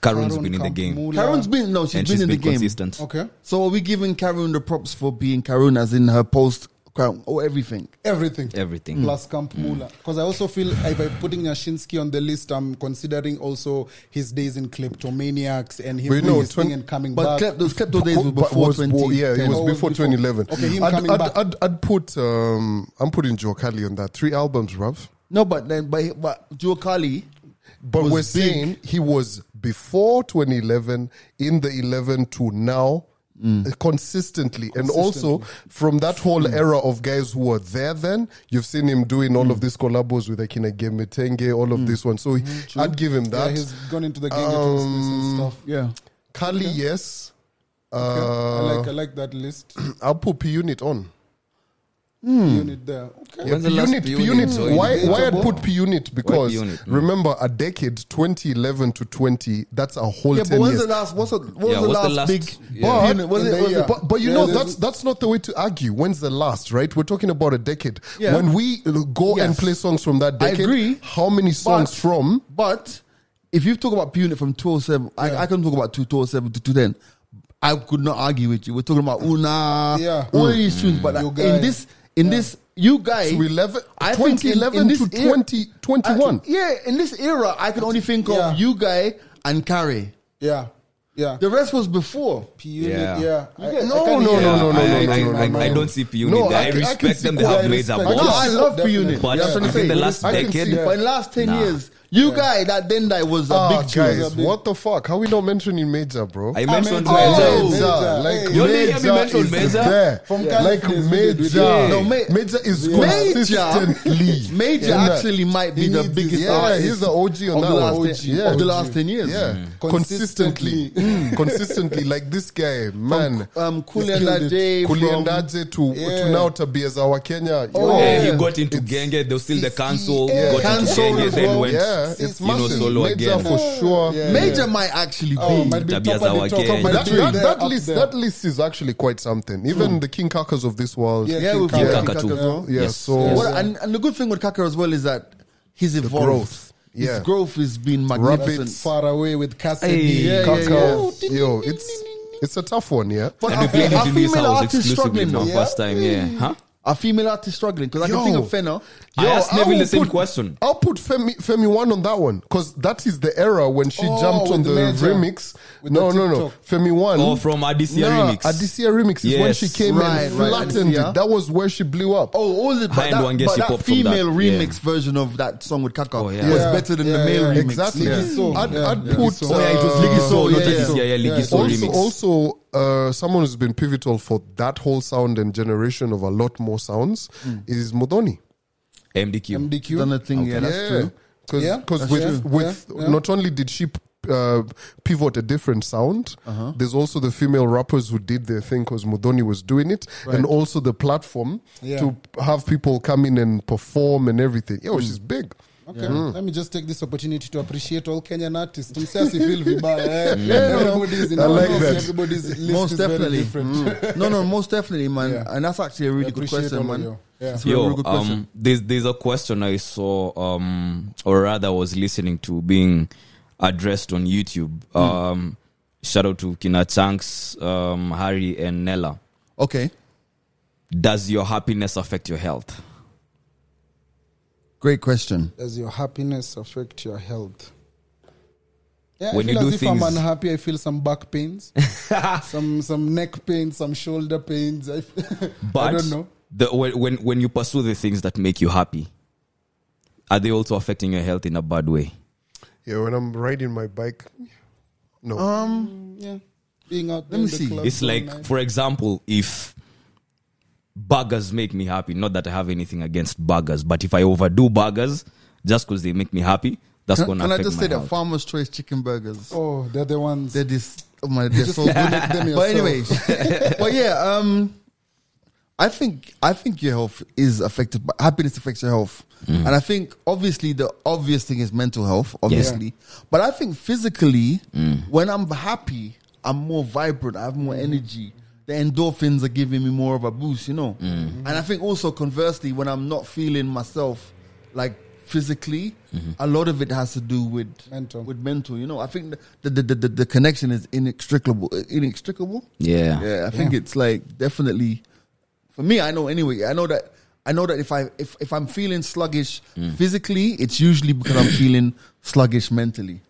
Karun's been in the game. Karen's been no, she's And been she's in been the game. consistent. Okay. So are we giving Karen the props for being Karen as in her post crown or everything? Everything. Everything. Plus Camp Mula. Mm. Because I also feel if I'm putting Yashinsky on the list, I'm considering also his days in Kleptomaniacs and him But you doing know, his twen- thing and coming But back. Klep, those Klepto days were But before was- well, twenty. yeah, it was Oh, before before. 2011. Okay, him I'd, coming I'd, back. I'd, I'd put, um, I'm putting Joe Kali on that. Three albums, Rav. No, but then but, but Joe Kali, But Was we're big. saying he was before 2011, in the 11 to now, uh, consistently. And also from that whole era of guys who were there then, you've seen him doing all of these collabos with Akina Gemetenge, all of this one. So he- I'd give him yeah, that. Uh, he's gone into the game Um, and stuff. yeah, Kali, yes. Okay. I, Uh, *clears throat* like, I like that list. I'll put P Unit on. unit there. Okay. Yeah, When's the last P-Unit, P-Unit P-Unit. joined Why, the why I Interpol? put P-Unit? Because P-Unit? Mm. remember, a decade, 2011 to 20, that's a whole Yeah, 10 but when's years. the last? What's the, what Yeah, was what's the the last last- big? yeah. But, But, was in it, the was year. it, but, but you Yeah, know there's that's that's not the way to argue. When's the last, right? We're talking about a decade. Yeah. When we uh, go and Yes. play songs from that I decade, agree. how many songs But- from? But if you talk about P unit from 207, I, I can talk about 207 to 210. I could not argue with you. We're talking about Una, Yeah. all these tunes, but You in guys. this, in this, you guys, To 11, I think in- 2011 in this to era- 2021. I- yeah, in this era, I can only think of Yeah. you guy and Carrie. Yeah. Yeah. The rest was before. P unit. Yeah. Yeah. I- No, I can't no, even- no, no, no, I, I- no, I- no, no, I- no. I don't see P unit No, there. I I, can- I can respect see them. They quite have made respect. their I No, can boss. I love P Definitely. unit. But That's what I'm I think saying. the last I can see decade, that. But in the last 10 years, you guy that then that was a Ah, big tune. guys, what the fuck? How we not mentioning Major, bro? I mentioned mean, Wenzel. Wenzel. like Hey. You only hear me Major mention is Major? there. From like Caliphate, we did, we Major, did. Yeah. No, Ma- Major is Yeah. Major- consistently *laughs* Major Yeah. actually might be He the needs biggest his- Yeah, artist. he's the OG on of that the one. last ten- yeah. of the last 10 years. Yeah, consistently, Mm. consistently, like this guy, man. Um, He's killed Kulianda it. J from Kuliandaje to Yeah. to now Tabia as our Kenya. Oh, Yeah, he yeah. got into It's- Genge. There was still the it's- council. yeah. Got Council into Genge, as then well. went. yeah, it's, it's, you know, massive. solo Major again. for sure. Yeah. Major might actually be. Oh, might be Tabia top at the Zawake. top, might That, be that, there, that up list there. that list is actually quite something. Even the King Kakas of this world. Yeah, yeah, King with Kaka. King King Kaka Kaka as too. well. Yeah, Yes, so What- and, and the good thing with Kaka as well is that he's evolved. growth, yeah. His growth has been magnificent. Rabbits. far away with Cassidy. Hey. Yeah, Kaka. yeah, Oh, Yo, it's it's a tough one, yeah. But And our we played our it in his female house artist exclusively struggling for now. the first time. Yeah, huh? Our female artist struggling because I Yo. can think of Fenner. I asked I Neville will the same put- question. I'll put Femi Femi one on that one because that is the era when she Oh, jumped on with the, the major. remix. With no, the no, no. TikTok. Femi one. Oh, from Adisia remix. Adisia remix is when Yes. she came Right, and right, flattened Adisia. it. That was where she blew up. Oh, all the but High-end that, one gets but hip-hop that from that. female Yeah. remix version of that song with Kaka Oh, yeah. was Yeah. better than Yeah, the male yeah. remix. exactly. Yeah. I'd, I'd Yeah. put. Oh, yeah, it was uh, Liggy Soul, yeah, not yeah. Adisia. Yeah, Yeah, Liggy it's Soul also, remix. also uh, someone who's been pivotal for that whole sound and generation of a lot more sounds Hmm. is Modoni. MDQ. MDQ. Done a thing, yeah, that's true. Because Yeah, that's with, true. with Yeah, yeah. not only did she uh, pivot a different sound, Uh-huh. there's also the female rappers who did their thing because Modoni was doing it, and also the platform Yeah. to have people come in and perform and everything. Hmm. Yeah, which is big. Okay, let me just take this opportunity to appreciate all Kenyan artists. Msiasi feel vibaya. eh. Everybody's in I like one house, that. Everybody's list Most is very definitely. different. *laughs* Mm. No, no, most definitely, man. Yeah. And that's actually a really I good appreciate question, all of man. you. Yeah. It's a Yo, really good question. um, there's there's a question I saw, um, or rather was listening to being addressed on YouTube. Um, Shout out to Kina Chanks, um, Harry, and Nella. Okay, Does your happiness affect your health? great question. Does your happiness affect your health? Yeah, When I you feel do as if I'm things- unhappy, I feel some *laughs* back pains, some some neck pains, some shoulder pains. I, f- But I don't know. The, when, when when you pursue the things that make you happy, are they also affecting your health in a bad way? Yeah, when I'm riding my bike, no. *laughs* Oh, Yeah, being out. Let there me in the see. club It's all like, night. for example, if burgers make me happy, not that I have anything against burgers, but if I overdo burgers just because they make me happy, that's Can, going to can I affect just my say that health. Farmer's Choice chicken burgers, oh, they're the ones. they're this, oh my, they're so good. donate *laughs* them but anyways, *laughs* but yeah, um, I think I think your health is affected. By, happiness affects your health, and I think obviously the obvious thing is mental health, obviously. But I think physically, when I'm happy, I'm more vibrant. I have more energy. The endorphins are giving me more of a boost, you know. And I think also conversely, when I'm not feeling myself, like physically, a lot of it has to do with Mental. With mental, you know. I think the the, the, the, the connection is inextricable. Inextricable. Yeah. Yeah, I think it's like definitely for me. I know anyway. I know that I know that if I if, if I'm feeling sluggish physically, it's usually because I'm feeling sluggish mentally.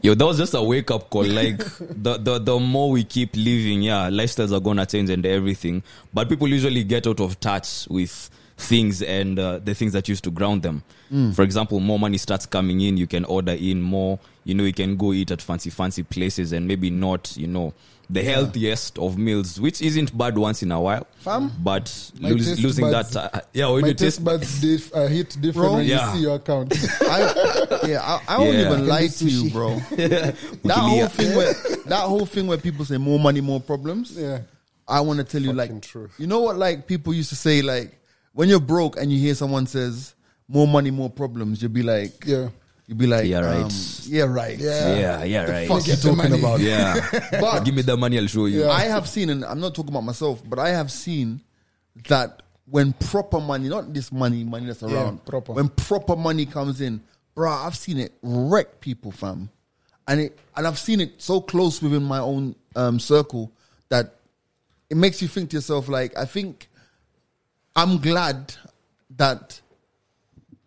Yo, that was just a wake up call. *laughs* Like the, the the more we keep living, yeah, lifestyles are gonna change and everything. But people usually get out of touch with things and uh, the things that used to ground them. Mm. For example, more money starts coming in, you can order in more. You know, you can go eat at fancy fancy places and maybe not, you know, the healthiest of meals, which isn't bad once in a while. Fam, but my lose- taste losing buds- that, uh, yeah, when My you taste taste *laughs* buds dif- uh, hit different Bro, when yeah. you see your account. *laughs* I, yeah, I, I won't Yeah. even Can lie do to you, sushi. bro. that Ukilia. whole thing where that whole thing where people say more money, more problems. yeah. I want to tell you, like, Fucking truth. you know what, like people used to say, like when you're broke and you hear someone says more money, more problems, you'll be like, Yeah. you'll be like, Yeah, right. um, yeah, right. yeah, yeah, right. Fuck you talking *laughs* about. Yeah. But- give me the money, I'll show you. I have seen, and I'm not talking about myself, but I have seen that when proper money, not this money, money that's around, proper. when proper money comes in, bro, I've seen it wreck people, fam, and it, and I've seen it so close within my own um, circle that it makes you think to yourself, like, I think I'm glad that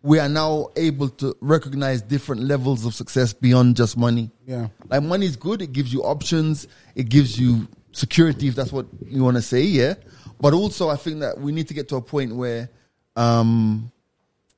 we are now able to recognize different levels of success beyond just money. Yeah. Like money is good, it gives you options, it gives you security if that's what you want to say, yeah. But also I think that we need to get to a point where um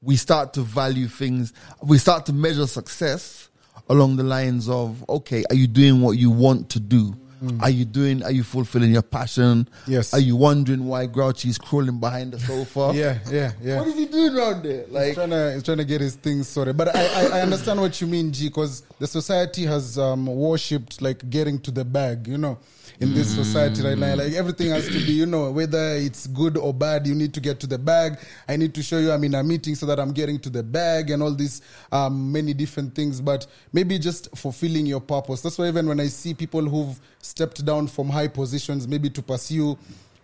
we start to value things, we start to measure success along the lines of okay, are you doing what you want to do? Are you doing are you fulfilling your passion? Mm. Yes. Are you wondering why Grouchy is crawling behind the sofa? Yeah, yeah, yeah. What is he doing around there? Like he's trying to he's trying to get his things sorted. But I, I, I understand what you mean, G, because the society has um, worshipped like getting to the bag, you know. In this society right now, like everything has to be, you know, whether it's good or bad, you need to get to the bag. I need to show you I'm in a meeting so that I'm getting to the bag and all these um, many different things. But maybe just fulfilling your purpose. That's why even when I see people who've stepped down from high positions, maybe to pursue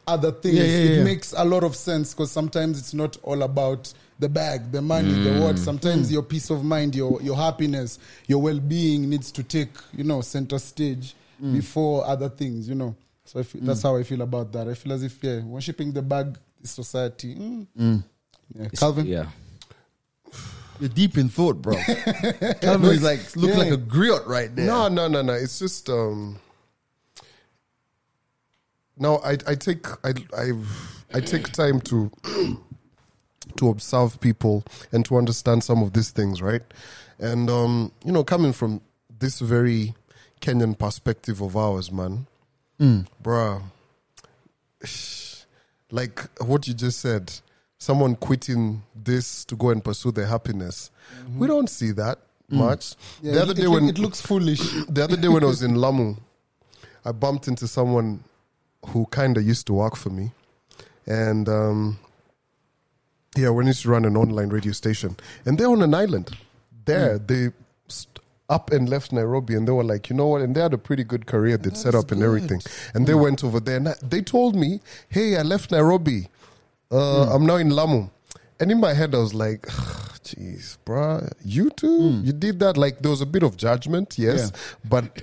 other things, Yeah, yeah, it yeah. makes makes a lot of sense because sometimes it's not all about the bag, the money, the what. Sometimes your peace of mind, your your happiness, your well being needs to take you know center stage before other things. You know, so I feel, that's how I feel about that. I feel as if yeah, worshiping the bag is society. Mm. Yeah, Calvin, Yeah. You're deep in thought, *laughs* bro. Calvin is like look Yeah. like a griot right there. No, no, no, no. It's just um. Now I I take I I I take time to *clears throat* to observe people and to understand some of these things, right? And um, you know, coming from this very Kenyan perspective of ours, man, bruh, like what you just said, someone quitting this to go and pursue their happiness. We don't see that much. Mm-hmm. Mm. Yeah, the other it, day it, when it looks foolish. *coughs* the other day when I was in Lamu, I bumped into someone who kind of used to work for me, and um, yeah, when I used to run an online radio station, and they're on an island. There, they st- up and left Nairobi, and they were like, you know what? And they had a pretty good career they'd set up and everything, and they went over there. And I, they told me, hey, I left Nairobi. Uh, Hmm. I'm now in Lamu. And in my head, I was like, *sighs* jeez, bruh, you too? Hmm. You did that? Like, there was a bit of judgment, yes. But,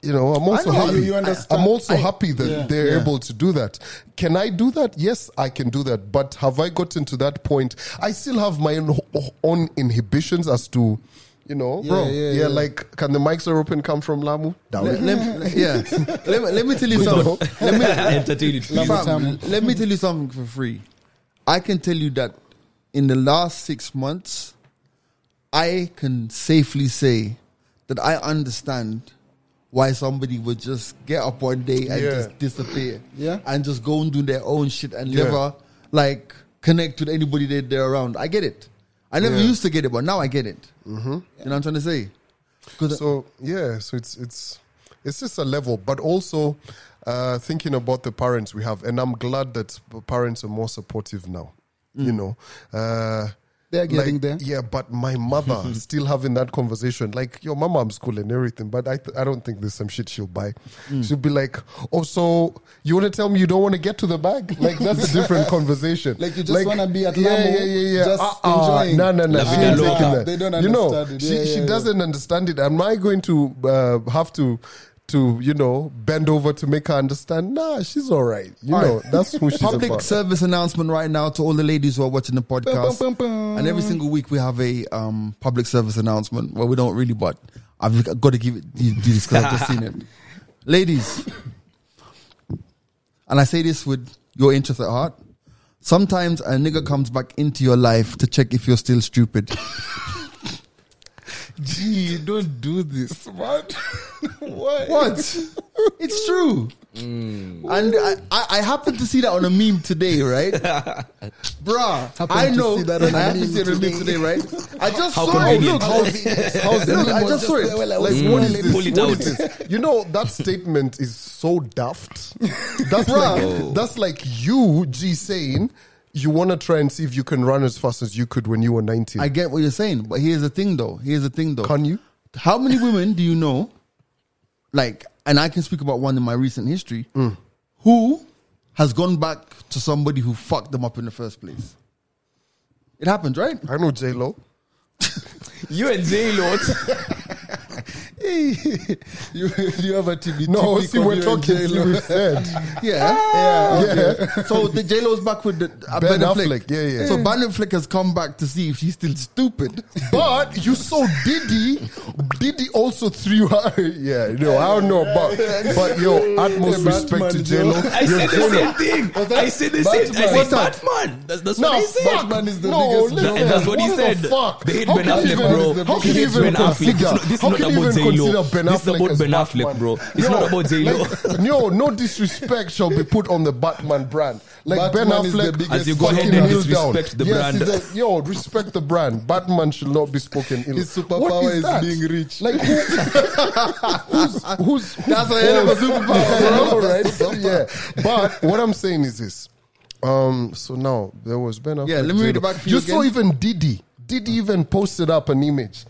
you know, I'm also know, happy. you- you understand. I'm also happy that Yeah. they're able to do that. Can I do that? Yes, I can do that. But have I gotten to that point? I still have my own, own inhibitions as to, you know, bro. yeah, Yeah, yeah. like, can the mics are open come from Lamu? Down Let, let me, *laughs* yeah. Let, me- let me tell you Good something. thought. Let me, *laughs* Entertain it. please. Fam, let me tell you something for free. I can tell you that in the last six months, I can safely say that I understand why somebody would just get up one day and Yeah. just disappear. Yeah. And just go and do their own shit and Yeah. never like connect with anybody that they're around. I get it. I never used to get it, but now I get it. Mm-hmm. You know what I'm trying to say? Because So yeah, so it's it's it's just a level, but also uh, thinking about the parents we have, and I'm glad that p- parents are more supportive now. You know, uh, They're Mm. getting there. Yeah, but my *laughs* mother still having that conversation, like your mama, I'm school and everything, but I th- I don't think there's some shit she'll buy. Mm. She'll be like, oh, so you want to tell me you don't want to get to the bag? Like that's a *laughs* different conversation. Like, you just wanna be at yeah, Lamu, yeah, yeah, yeah. Uh-uh. just enjoying. No, no, no. La She vida ain't loca. taking that. They don't You know, understand it. she Yeah, yeah, she doesn't yeah. doesn't understand it, am I going to uh, have to to you know bend over to make her understand? Nah, she's all right. You know, that's who she's public about. service announcement right now to all the ladies who are watching the podcast. Bum, bum, bum. And every single week we have a um, public service announcement. Well, we don't really, but I've got to give it the- the- this because I've just seen *laughs* it. Ladies, and I say this with your interest at heart. Sometimes a nigga comes back into your life to check if you're still stupid. Gee, don't do this, man. Why? What? it's true. And I, I, I happened to see that on a meme today, right? Bruh, Happened I to know. see that on I a happened to see it on a meme meme today, right? *laughs* I just How saw it. convenient. Look, *laughs* How- look, I just saw it. Like, what is this? Pull it What out. is this? *laughs* You know that *laughs* statement is so daft. That's like that's like you, G, saying you want to try and see if you can run as fast as you could when you were 19. I get what you're saying, but here's the thing though. Here's the thing though. Can you? How many women do you know? Like, and I can speak about one in my recent history who has gone back to somebody who fucked them up in the first place. It happens, right? I know J Lo. You and J Lord. you, you have a TB. No, see, we're talking. See, we've said. *laughs* Yeah, yeah, Oh, So the J Lo's back with the, uh, Ben, Ben Affleck. Affleck. Yeah, yeah. So Ben Affleck has come back to see if she's still *laughs* stupid. But you saw Diddy. Diddy also threw her. *laughs* Yeah, no, I don't know about. But yo, utmost The respect to Batman, J Lo. yo. I said the same thing. I said the same. I Batman. said Batman. That's, that's what I said. Batman is the biggest listen, That- that's what he the said. fuck? They hate How Ben can you Affleck, bro. even- How They can you hate even Ben Affleck. consider? This is how not can you about even J-Lo. consider Ben This is Affleck about as Ben Batman? Affleck, bro. It's not about J-Lo. like, *laughs* no, no disrespect shall be put on the Batman brand. Like Batman Ben is the Affleck, biggest As you go ahead fucking and kneel disrespect the yes, brand. he's a- yo, respect the brand. Batman should not be spoken ill. His What superpower is, that? being rich. Like who, who's, who's That's a hell of a *laughs* superpower, bro. right? Yeah, but what I'm saying is this. Um, so now there was Ben. Affleck, Yeah, let me read J-Lo. it back for You you saw again. even Diddy. Diddy even posted up an image.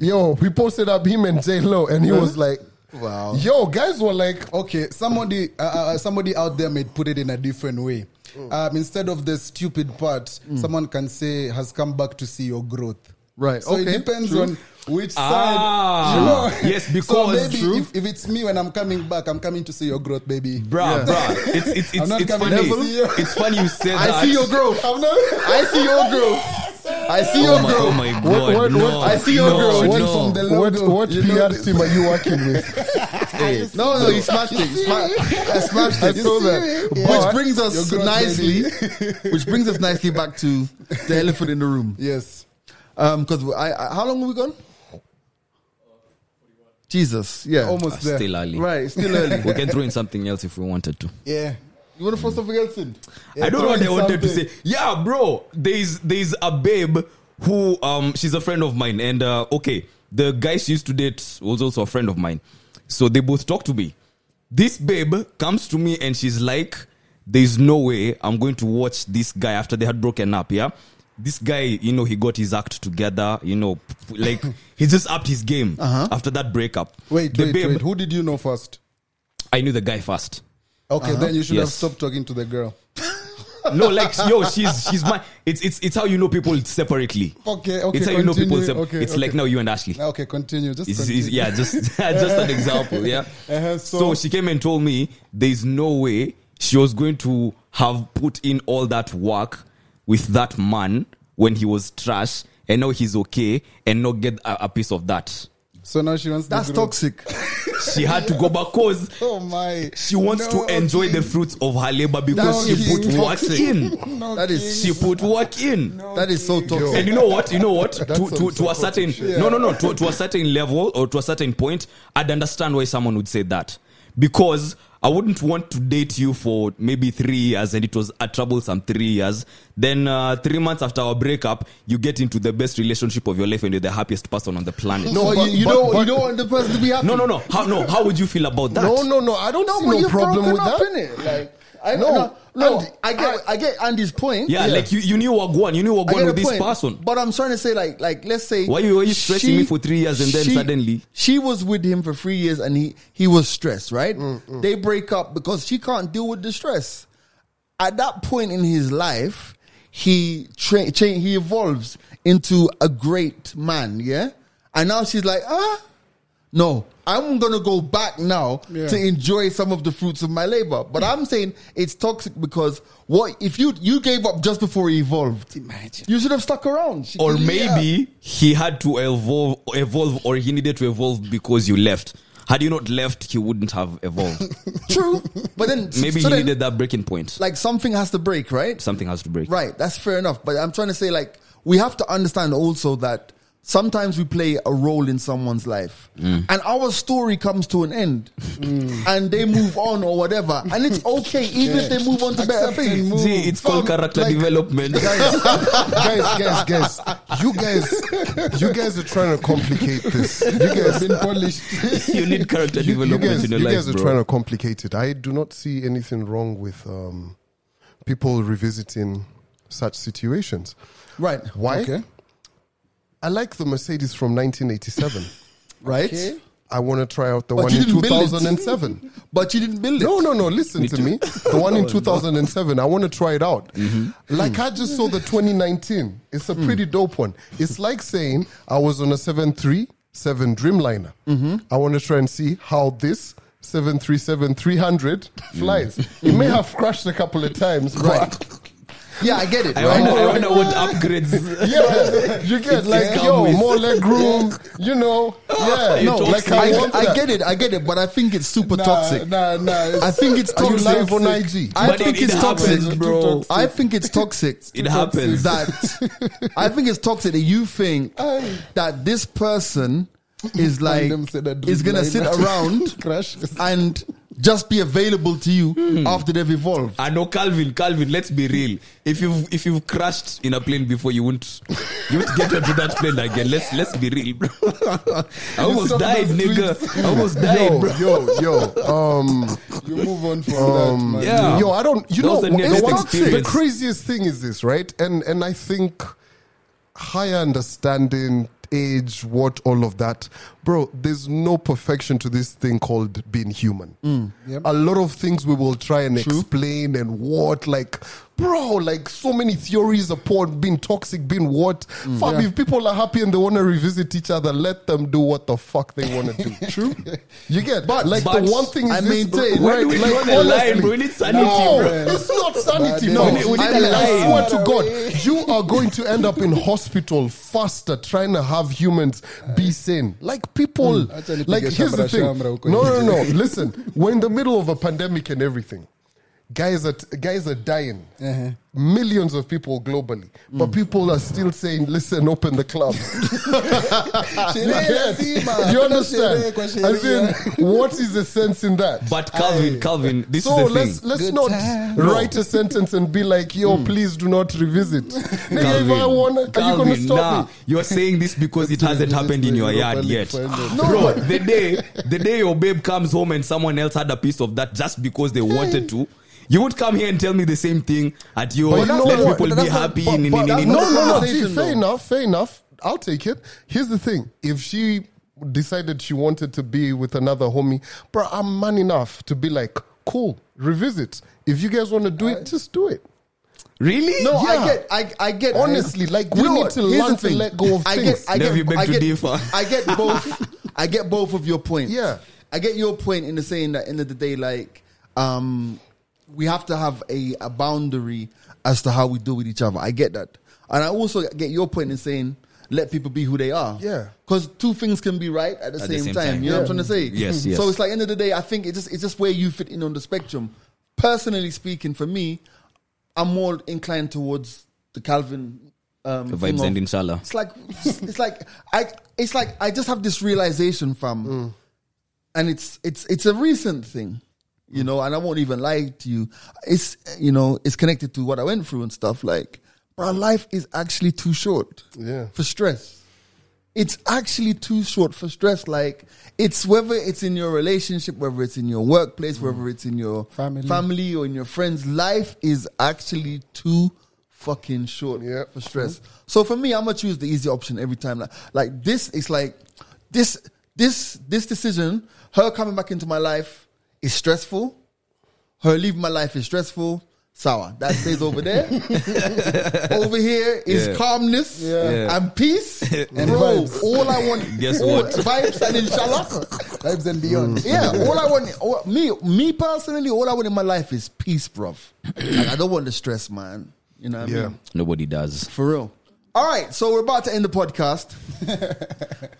Yo, we posted up him and J Lo, and he was like, Wow. Yo, guys were like, okay, somebody uh, uh, somebody out there may put it in a different way. Mm. Um, instead of the stupid part, someone can say has come back to see your growth. Right, So it okay, depends true. on which Ah, *laughs* side. yes, so because- maybe True. if, if it's me when I'm coming back, I'm coming to see your growth, baby. Bruh, bruh. It's, it's, I'm it's, not it's coming funny. to see you. It's funny you said that. I see your growth. I'm not. I see your *laughs* growth. I see Oh your my, oh growth. my god. What- what- no, what- I see your no, girl. What, no. from the what, logo, what you know PR this. team are you working *laughs* with? No, no, you smashed it. You sma- *laughs* I smashed it. I saw that. Which But- brings us Your *laughs* growth, nicely, which brings us nicely back to the elephant in the room. Yes. Um, because I, I, how long were we gone? Jesus, yeah, Almost there. Ah, Still early. Right, it's still early. *laughs* We can throw in something else if we wanted to. Yeah. you want to throw something else in? I don't know throw what in I wanted to something. say. Yeah, bro. There's there's a babe who um she's a friend of mine, and uh, okay, the guy she used to date was also a friend of mine. So they both talk to me. This babe comes to me and she's like, "There's no way I'm going to watch this guy after they had broken up." Yeah, this guy, you know, he got his act together. You know, like *laughs* he just upped his game after that breakup. Uh-huh. Wait, the wait, wait. Who did you know first? I knew the guy first. Okay, then you should have Yes. stopped talking to the girl. No, like yo, she's she's my. It's it's it's how you know people separately. Okay, okay, It's how you know people. continue. sep- Okay, it's okay. like now you and Ashley. Okay, continue. Just It's- continue. it's- yeah, just *laughs* just an example. Yeah. Uh-huh, so, so- she came and told me there's no way she was going to have put in all that work with that man when he was trash, and now he's okay, and not get a, a piece of that. So now she wants That's the growth. *laughs* toxic. She had to go back cause *laughs* Oh my! she wants No, to enjoy King. the fruits of her labor because No, she King. put work Toxic. in. No, That is She put work in. That is so toxic. And you know what? You *laughs* know what? to, some to, to a psychotic certain no no no to, to a certain level or to a certain point, I'd understand why someone would say that because I wouldn't want to date you for maybe three years and it was a troublesome three years. Then uh, three months after our breakup, you get into the best relationship of your life and you're the happiest person on the planet. No, but- you, you but- don't. but- you don't want the person to be happy. no, no, no. How no? How would you feel about that? No, no, no. I don't No, see but no you've problem broken with up, that. innit? Like, I, No, no, no, no, Andy, I get, I, get Andy's point. Yeah, like you, you knew Wagwan, you knew I get Wagwan the with this point, person. But I'm trying to say, like, like let's say, Why you- why you stressing me for three years and then suddenly- she was with him for three years and he he was stressed, right? They break up because she can't deal with the stress. At that point in his life, he tra- cha- he evolves into a great man, yeah. And now she's like, ah, no. I'm gonna go back now Yeah. to enjoy some of the fruits of my labor, but I'm saying it's toxic because what if you you gave up just before he evolved? Imagine. You should have stuck around. or Yeah. maybe he had to evolve, evolve, or he needed to evolve because you left. Had you not left, he wouldn't have evolved. *laughs* true, but then *laughs* Maybe *laughs* so he then, needed that breaking point. like something has to break, right? Something has to break. Right, that's fair enough. But I'm trying to say like we have to understand also that sometimes we play a role in someone's life, Mm. and our story comes to an end, and they move on or whatever, and it's okay even if they move on to better Accept and things. move. See, it's called Fam, character like- *laughs* development. guys, guys, guys. You guys, you guys are trying to complicate this. You guys Been polished. *laughs* you need character you, you development guys, in your you life, guys are bro. trying to complicate it. I do not see anything wrong with um, people revisiting such situations. Right. Why? Okay. I like the Mercedes from 1987. Right. Okay. I want to try *laughs* out the But one Oh, you in didn't build it. 2007. But you didn't build it. No, no, no. Listen to me. The one in 2007. I want to try it out. Like I just saw the 2019. It's a pretty dope one. It's like saying I was on a 737 Dreamliner. I want to try and see how this 737 300 flies. It may have crashed a couple of times, right? Yeah, I get it. I right? wonder, I wonder what upgrades. *laughs* yeah, you get like come yo with- more leg room. You know, yeah. No, No, like I, I, want I that. get it. I get it. But I think it's super Nah, toxic. Nah, nah. I it's- think it's Are you toxic. live on IG? *laughs* I But think it- it's it toxic, happens, bro. I think it's toxic. *laughs* It happens. That I think it's toxic that you think that this person is like them said that is gonna sit dreamliner. *laughs* around Crash. and just be available to you Hmm. after they've evolved. I know Calvin. Calvin, let's be real. If you've if you've crashed in a plane before, you won't you won't get into that plane again. Let's let's be real, *laughs* bro. I almost Some of died, those nigga. I almost died, yo, bro. yo, yo. Um, You move on from that, man. yeah. Yo, I don't. You That was know, a near it's death not- the experience. craziest thing is this, right? And and I think higher understanding, age, what all of that, bro. There's no perfection to this thing called being human. Mm. A lot of things we will try and explain and what, like, bro, like so many theories upon being toxic, being what. Mm. Fuck, if people are happy and they want to revisit each other, let them do what the fuck they want *laughs* to do. True. You get, but like but the one thing is I this, maintain- right? When we like, draw the line, honestly- bro, we need sanity, No, bro. it's not sanity, No, bro. we need- we need I, a I line. swear to God, you are going to end up in hospital faster trying to have humans be sane. Like people, Hmm. Acha nipige like here's the shamra thing. shamra huko No, no, nje. no. Listen, we're in the middle of a pandemic and everything. Guys are guys are dying. Uh-huh. Millions of people globally, Hmm. but people are still saying, "Listen, open the *laughs* club." *laughs* Sherehe lazima. you Sherehe understand? kwa sherehe. As in, what is the sense in that? But Calvin, Calvin, this So is the let's thing. Hmm. let's not write a sentence and be like, "Yo, please do not revisit." *laughs* Nigga, if I wanna, are you Calvin, gonna stop nah, me? you're saying this because it hasn't happened in your yard yet. No. Bro, the day the day your babe comes home and someone else had a piece of that just because they wanted to, you would come here and tell me the same thing at your But you know let what? people But be that's not- happy. but- ni- but ni- that's ni- not ni- the No, no, no. conversation, Gee, fair though. enough. Fair enough. I'll take it. Here's the thing: if she decided she wanted to be with another homie, bro, I'm man enough to be like, "Cool, revisit." If you guys want to do it, just do it. Really? No, Yeah. I get, I, I get. Honestly, like, we know need what? to Here's learn the to thing. let go of I things. Get, I Never get, beg I to get, differ. I get both. I get both of your points. Yeah. I get your point in the saying that end of the day, like, um, we have to have a, a boundary as to how we deal with each other. I get that, and I also get your point in saying let people be who they are. Yeah. because two things can be right at the, same, time. You know what I'm trying to say? Yes, yes. So it's like end of the day, I think it's just it's just where you fit in on the spectrum. Personally speaking, for me, I'm more inclined towards the Calvin um, The thing vibes of- and inshallah. It's like it's like I it's like I just have this realization, fam, and it's it's it's a recent thing, you know. And I won't even lie to you. It's you know it's connected to what I went through and stuff. Like, bro, life is actually too short Yeah. for stress. It's actually too short for stress. Like, it's whether it's in your relationship, whether it's in your workplace, Mm. whether it's in your Family. family or in your friends, life is actually too fucking short Yeah. for stress. Mm-hmm. So for me, I'm gonna choose the easy option every time. Like, like this is like this this this decision, her coming back into my life is stressful. Her leaving my life is stressful. Sour. That stays over *laughs* there. over here is Yeah. calmness *laughs* Yeah. and peace. And Bro, vibes. all I want *laughs* Guess all what? vibes and inshallah. Mm. Lives and beyond. Yeah, all I want, all, me, me personally, all I want in my life is peace, *clears throat* bruv. Like, I don't want the stress, man. You know what I Yeah. mean? Nobody does. For real. All right, so we're about to end the *laughs* podcast.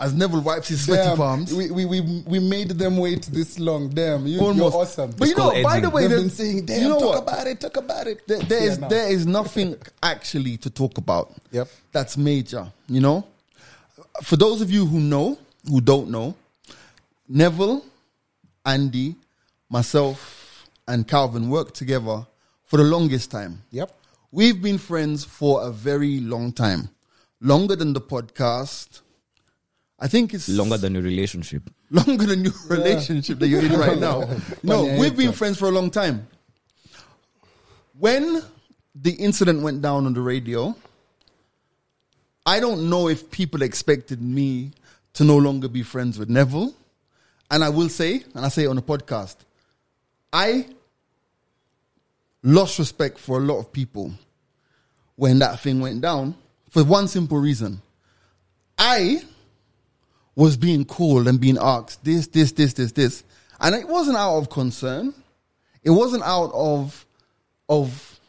As Neville wipes his sweaty Damn, palms. We, we, we, we made them wait this long. Damn, you, Almost. you're awesome. But you know, called by edging. the way, They've there- been saying, damn, you know talk what? about it, talk about it. There- there Yeah, is now. there is nothing actually to talk about. Yep. That's major. You know, for those of you who know who don't know, Neville, Andy, myself, and Calvin worked together for the longest time. Yep. We've been friends for a very long time, longer than the podcast. I think it's Longer than your relationship. longer than your relationship that you're in right now. no, we've Funny been anecdote. friends for a long time. When the incident went down on the radio, I don't know if people expected me to no longer be friends with Neville. And I will say, and I say it on a podcast, I lost respect for a lot of people when that thing went down for one simple reason. I was being called and being asked this, this, this, this, this. And it wasn't out of concern. It wasn't out of of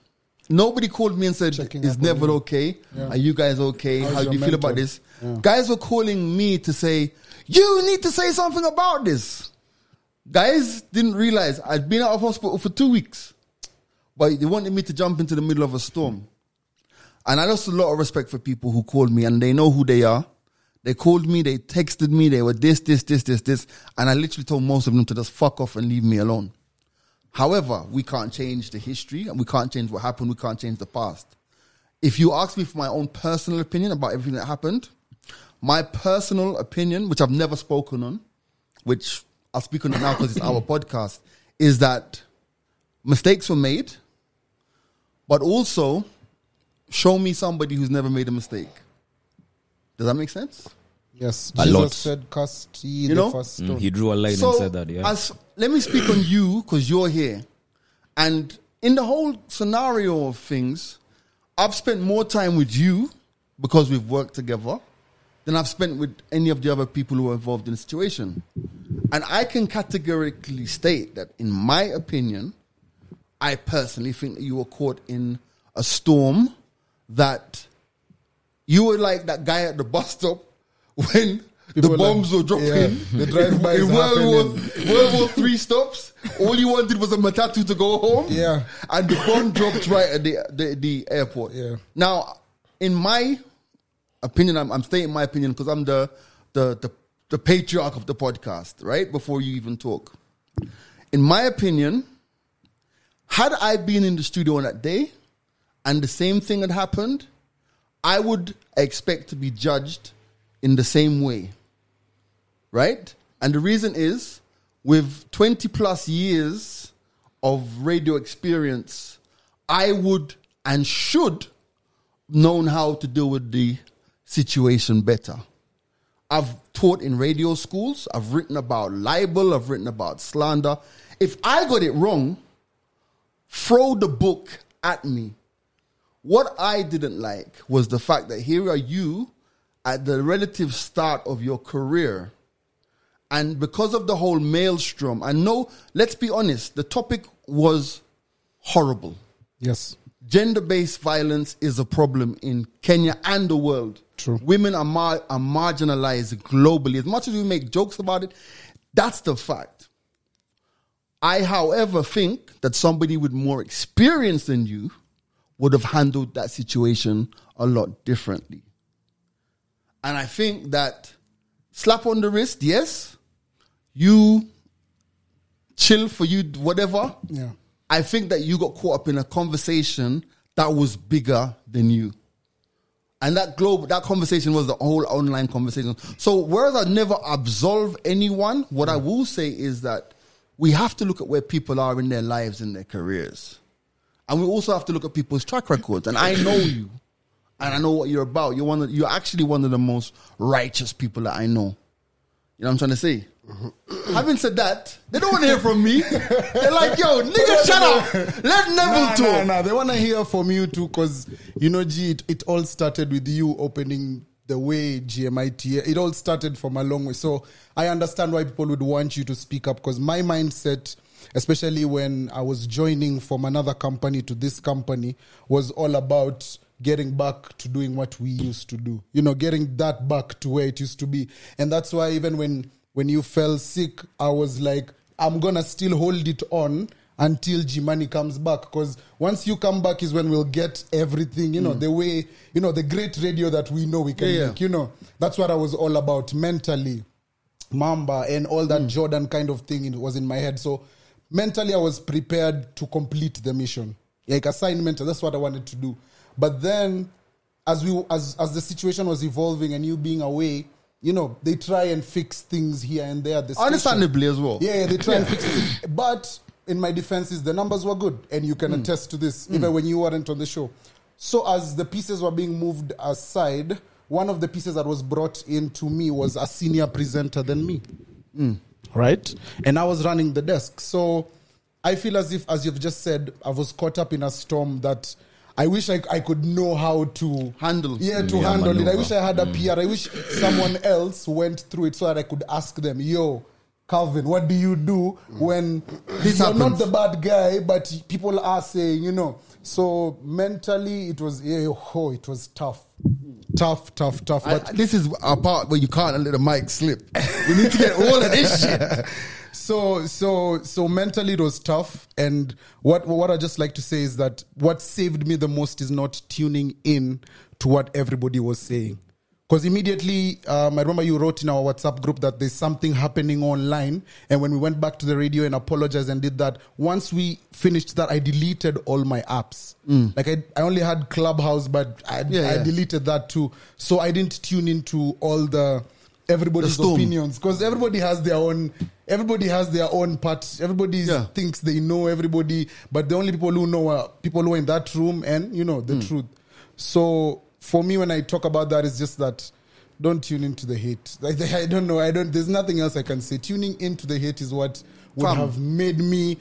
nobody called me and said, Checking Is up on Neville you." okay? Are you guys okay? How's How do your you feel about mentor? this? Guys were calling me to say, You need to say something about this. Guys didn't realize I'd been out of hospital for two weeks. But they wanted me to jump into the middle of a storm. And I lost a lot of respect for people who called me and they know who they are. They called me, they texted me, they were this, this, this, this, this. And I literally told most of them to just fuck off and leave me alone. However, we can't change the history and we can't change what happened. We can't change the past. If you ask me for my own personal opinion about everything that happened, my personal opinion, which I've never spoken on, which I'll speak on it now because it's our podcast, is that mistakes were made, but also show me somebody who's never made a mistake. Does that make sense? Yes, A Jesus lot. said, "Cast ye You the know? first Mm, stone." he drew a line and said that. Yeah, as- let me speak on you because you're here. And in the whole scenario of things, I've spent more time with you because we've worked together than I've spent with any of the other people who are involved in the situation. And I can categorically state that, in my opinion, I personally think that you were caught in a storm that you were like that guy at the bus stop *laughs* when People the were like- bombs were dropping. Yeah, the drive-bys in World War, happening. World War Three stops. All you wanted was a matatu to go home. Yeah. and the bomb dropped right at the the, the airport. Yeah. Now, in my opinion, I'm, I'm stating my opinion because I'm the, the the the patriarch of the podcast. Right before you even talk, in my opinion, had I been in the studio on that day, and the same thing had happened, I would expect to be judged in the same way. Right? And the reason is with 20 plus years of radio experience, I would and should known how to deal with the situation better. I've taught in radio schools, I've written about libel, I've written about slander. If I got it wrong, throw the book at me. What I didn't like was the fact that here are you at the relative start of your career. And because of the whole maelstrom, I know, let's be honest, the topic was horrible. Yes, Gender based violence is a problem in Kenya and the world. True. Women are, mar- are marginalized globally. As much as we make jokes about it, that's the fact. I, however, think that somebody with more experience than you would have handled that situation a lot differently. And I think that slap on the wrist, yes, you chill for you, whatever. yeah, I think that you got caught up in a conversation that was bigger than you. And that global that conversation was the whole online conversation. So whereas I never absolve anyone, what I will say is that we have to look at where people are in their lives and their careers. And we also have to look at people's track records. And I know you. And I know what you're about. You're one of, you're actually one of the most righteous people that I know. You know what I'm trying to say? Mm-hmm. Having said that, they don't want to hear from *laughs* me. They're like, yo, nigga, shut up. Let Neville Nah, nah, talk. nah. They want to hear from you too, because you know, G, it, it all started with you opening the way GMIT. It all started from a long way. So I understand why people would want you to speak up, because my mindset, especially when I was joining from another company to this company, was all about getting back to doing what we used to do. You know, getting that back to where it used to be, and that's why even when when you fell sick, I was like, I'm gonna still hold it on until Jimani comes back. Because once you come back is when we'll get everything, you know, the way, you know, the great radio that we know we can Mm. Yeah, yeah. make. You know, that's what I was all about mentally. Mamba and all that Mm. Jordan kind of thing it was in my head. So mentally, I was prepared to complete the mission, like assignment. That's what I wanted to do. But then, as we as as the situation was evolving and you being away, you know, they try and fix things here and there. at the station. Understandably as well. Yeah, yeah, they try and fix it. But in my defense is the numbers were good, and you can attest to this even when you weren't on the show. So as the pieces were being moved aside, one of the pieces that was brought in to me was a senior presenter than me, right? And I was running the desk, so I feel as if, as you've just said, I was caught up in a storm that. I wish I, I could know how to Handle. Yeah, to Yeah, handle it. I maneuver. wish I had a Mm. PR. I wish someone else went through it so that I could ask them, yo, Calvin, what do you do when Mm. This you're not happens. the bad guy, but people are saying, you know? So mentally, it was, yeah, oh, it was tough. Tough, tough, tough. I- But this is a part where you can't let the mic *laughs* slip. We need to get all of this shit. so so so mentally it was tough and what what i just like to say is that what saved me the most is not tuning in to what everybody was saying because immediately um, i remember you wrote in our whatsapp group that there's something happening online and when we went back to the radio and apologized and did that once we finished that i deleted all my apps like I, I only had clubhouse but I, Mm. Yeah, I yeah. deleted that too so i didn't tune into all the everybody's The storm. opinion because everybody has their own everybody has their own part everybody Yeah. thinks they know everybody but the only people who know are people who are in that room and you know the Hmm. truth so for me when i talk about that it's just that don't tune into the hate like, *laughs* i don't know i don't there's nothing else i can say tuning into the hate is what would Fam. have made me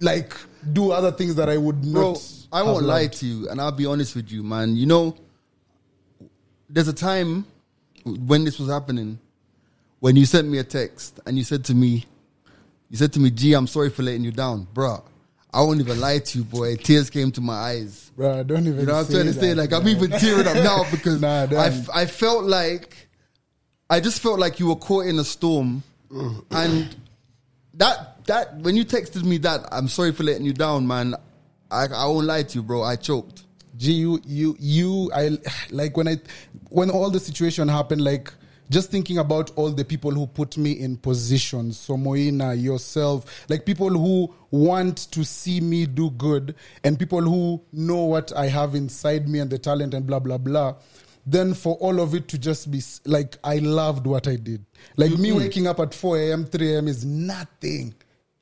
like do other things that i would not Bro, I have won't lie loved. to you, and I'll be honest with you, man. You know, there's a time when this was happening when you sent me a text and you said to me, you said to me, G, I'm sorry for letting you down, bruh. I won't even lie to you, boy. Tears came to my eyes. Bruh, don't even You know what I'm say trying to say? that, Like, I'm man. even tearing up now because Nah, I damn. f- I felt like, I just felt like you were caught in a storm. and that, that, when you texted me that, I'm sorry for letting you down, man. I, I won't lie to you, bro. I choked. G, you, you, you, I like when I, when all the situation happened, like just thinking about all the people who put me in positions, so Moina, yourself, like people who want to see me do good and people who know what I have inside me and the talent and blah, blah, blah. Then for all of it to just be s- like, I loved what I did. Like me waking up at 4 a.m., 3 a.m. is nothing.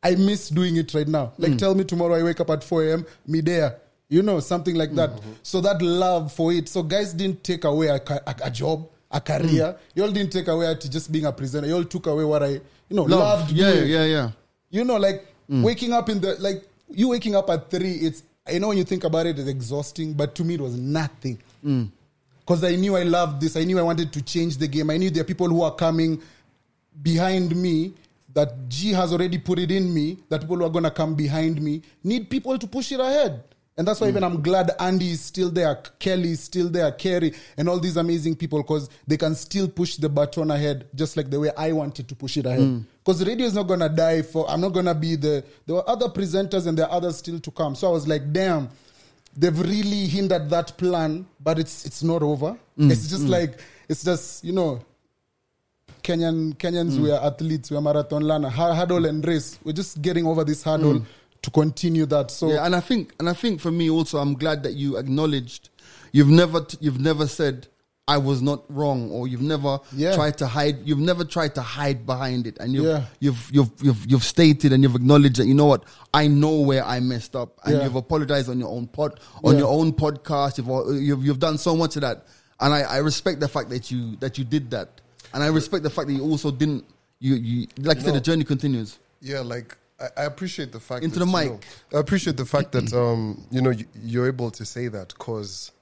I miss doing it right now. Hmm. Like, tell me tomorrow I wake up at 4 a.m., me there. You know, something like that. Mm-hmm. So that love for it. So guys didn't take away a, ca- a, a job, a career. Hmm. Y'all didn't take away to just being a presenter. Y'all took away what I, you know, loved. Yeah, doing. yeah, Hmm. yeah. You know, like waking up in the like you waking up at three. It's I know when you think about it, it's exhausting, but to me it was nothing. Hmm. Because I knew I loved this. I knew I wanted to change the game. I knew there are people who are coming behind me that G has already put it in me. That people who are gonna come behind me need people to push it ahead. And that's why even I'm glad Andy is still there, Kelly is still there, Kerry, and all these amazing people because they can still push the baton ahead, just like the way I wanted to push it ahead. Because radio is not gonna die for. I'm not gonna be the. There were other presenters and there are others still to come. So I was like, damn, they've really hindered that plan, but it's it's not over. It's just like it's just you know Kenyan Kenyans we are athletes, we are marathon learner, Hu- hurdle and race. We're just getting over this hurdle to continue that. So yeah, and I think, and I think for me also, I'm glad that you acknowledged. You've never, t- you've never said I was not wrong, or you've never Yeah. tried to hide. You've never tried to hide behind it, and you've, Yeah. you've, you've, you've, you've stated and you've acknowledged that you know what I know where I messed up, and Yeah. you've apologized on your own pod, on Yeah. your own podcast. You've, you've, you've done so much of that, and I, I respect the fact that you that you did that, and I respect the fact that you also didn't. You, you like you said, the No. journey continues. Yeah, like I, I appreciate the fact Into that, the you mic. know, I appreciate the fact that um, you know you, you're able to say that because,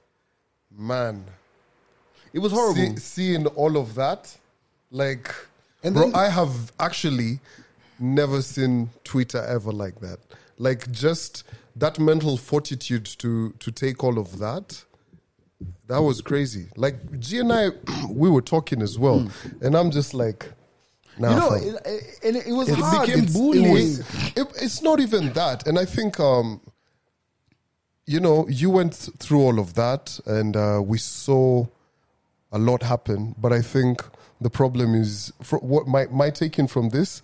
man, It was horrible. See, seeing all of that, like, And bro, then- I have actually never seen Twitter ever like that. Like, just that mental fortitude to to take all of that. That was crazy. Like G and I, *clears throat* we were talking as well, and I'm just like, nah, Hmm. you know, fam. it, it, and it was It's- hard. it's- It's- it was- it- it's not even that, and I think um, you know, you went th- through all of that, and uh, we saw a lot happen. But I think the problem is, fro- what my my taking from this,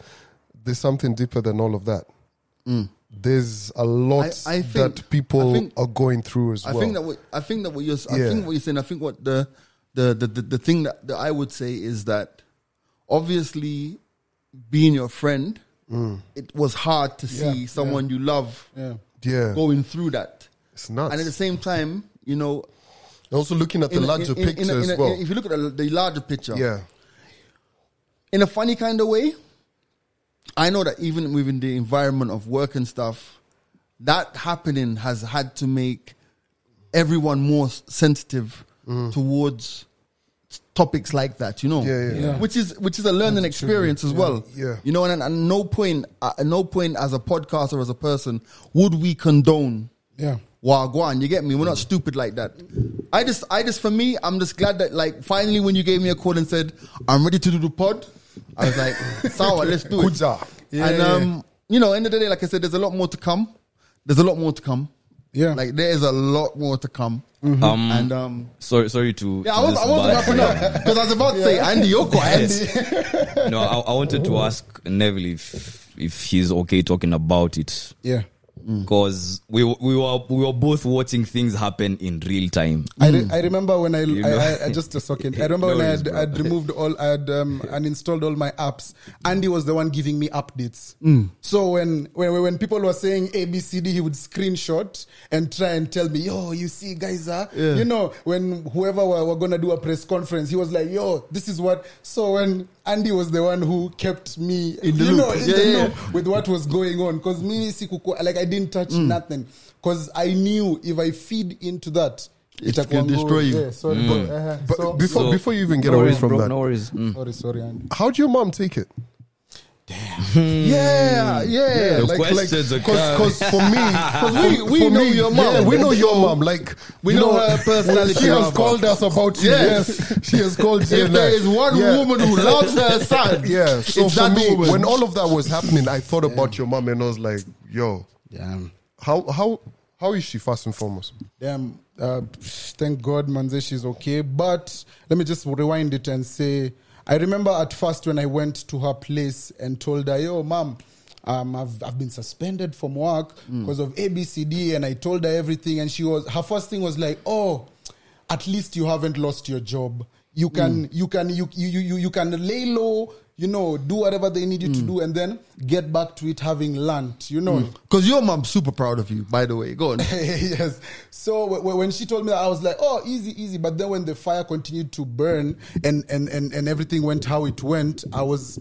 there's something deeper than all of that. There's a lot Mm. I- I think- that people I think- are going through as I well. think that what I think that what you're I Yeah. think what you're saying. I think what the the the, the, the thing that, that I would say is that obviously being your friend it was hard to see Yeah, someone you love Yeah. Mm. Yeah. going through that. It's nuts. And at the same time, you know, also looking at the in a- larger in- in- in a- picture in as a- well. If you look at the, the larger picture, yeah. in a funny kind of way, I know that even within the environment of work and stuff, that happening has had to make everyone more s- sensitive towards s- topics like that, you know. Mm. Yeah, yeah, yeah. Which is which is a learning experience as well. yeah. You know, and, and no point at no point as a podcast or as a person would we condone Yeah. Wagwan, you get me? We're not Mm. stupid like that. I just, I just, for me, I'm just glad that, like, finally, when you gave me a call and said, I'm ready to do the pod, I was *laughs* like, Sawa, let's do it. Kuja. and, um, you know, end of the day, like I said, there's a lot more to come. There's a lot more to come. Yeah. Like, there is a lot more to come. Mm-hmm. Um, And, um, sorry, sorry to. yeah, to I was, this, I was but- wrapping *laughs* up because I was about to say, Andy, *laughs* you're quiet. no, I, I wanted to ask Neville if if he's okay talking about it Yeah. Mm. because we we were we were both watching things happen in real time. Mm. I, re- I remember when I, You I- know. I- I- just a second. *laughs* I remember No when I worries, had, bro. I'd removed all, I'd um, uninstalled all my apps. Andy was the one giving me updates. Mm. So when, when when people were saying A B C D, he would screenshot and try and tell me, "Yo, you see, guys, uh, you know, when whoever were, were gonna do a press conference, he was like, "Yo, this is what." So when Andy was the one who kept me in the you loop. know, in Yeah, the yeah, yeah. Mm. loop with what was going on because me sikuku, like I didn't touch nothing because I knew if I feed into that It itakuwa can ngumu. destroy you. Mm. Yeah, sorry, but, uh-huh. But So- before so- before you even get No away worries, from bro, that, No worries. Mm. sorry, sorry, Andy. how'd your mom take it? Hmm. yeah, yeah. The Like, questions are coming. Because for *laughs* me, 'Cause we- we for know me, your Yeah, mom. we know your mom. Like We you know her personality, She has Rafa. called us about you. Yes. Yes, she has called you. if and there I. is one Yeah. woman who loves *laughs* her son, *laughs* Yeah, so it's for that me, woman. when all of that was happening, I thought about your mom and I was like, "Yo, Damn. how how how is she first and foremost?" Damn. Uh, thank God Manze she's okay. But let me just rewind it and say I remember at first when I went to her place and told her, yo, mom, um, I've, I've been suspended from work because of ABCD. And I told her everything. And she was, her first thing was like, oh, at least you haven't lost your job. You can, you can, you, you, you, you- you can lay low, you know, do whatever they need you to do and then get back to it having learnt, you know. Because your mom's super proud of you, by the way. *laughs* Go on. *laughs* yes. So w- w- when she told me that, I was like, "Oh, easy, easy." But then when the fire continued to burn and and and, and everything went how it went, I was.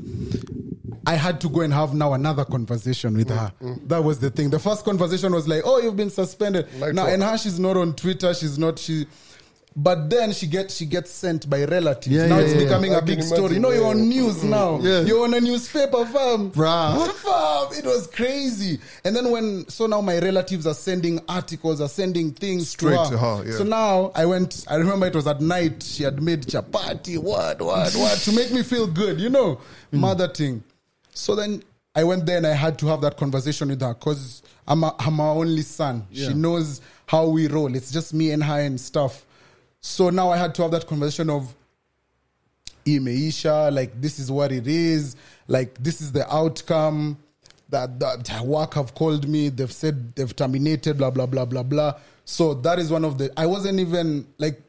I had to go and have now another conversation with her. Mm-hmm. That was the thing. The first conversation was like, "Oh, you've been suspended." Like now, what? and her she's not on Twitter. She's not she. But then she gets she gets sent by relatives. Yeah, now yeah, it's yeah. becoming I a big can story. imagine, No, you're on Mm-hmm. yeah. news now. Yeah. You're on a newspaper, fam. Bruh. *laughs* Fam, it was crazy. And then when so now my relatives are sending articles, are sending things Straight to her. to her, yeah. So now I went. I remember it was at night. She had made chapati, what, what, what, to make me feel *laughs* good, you know, Mm. mother thing. So then I went there and I had to have that conversation with her because I'm a, I'm her only son. She knows how we roll. It's just me and her and stuff. So now I had to have that conversation of imeisha like this is what it is like this is the outcome that, that work have called me they've said they've terminated blah blah blah blah blah so that is one of the i wasn't even like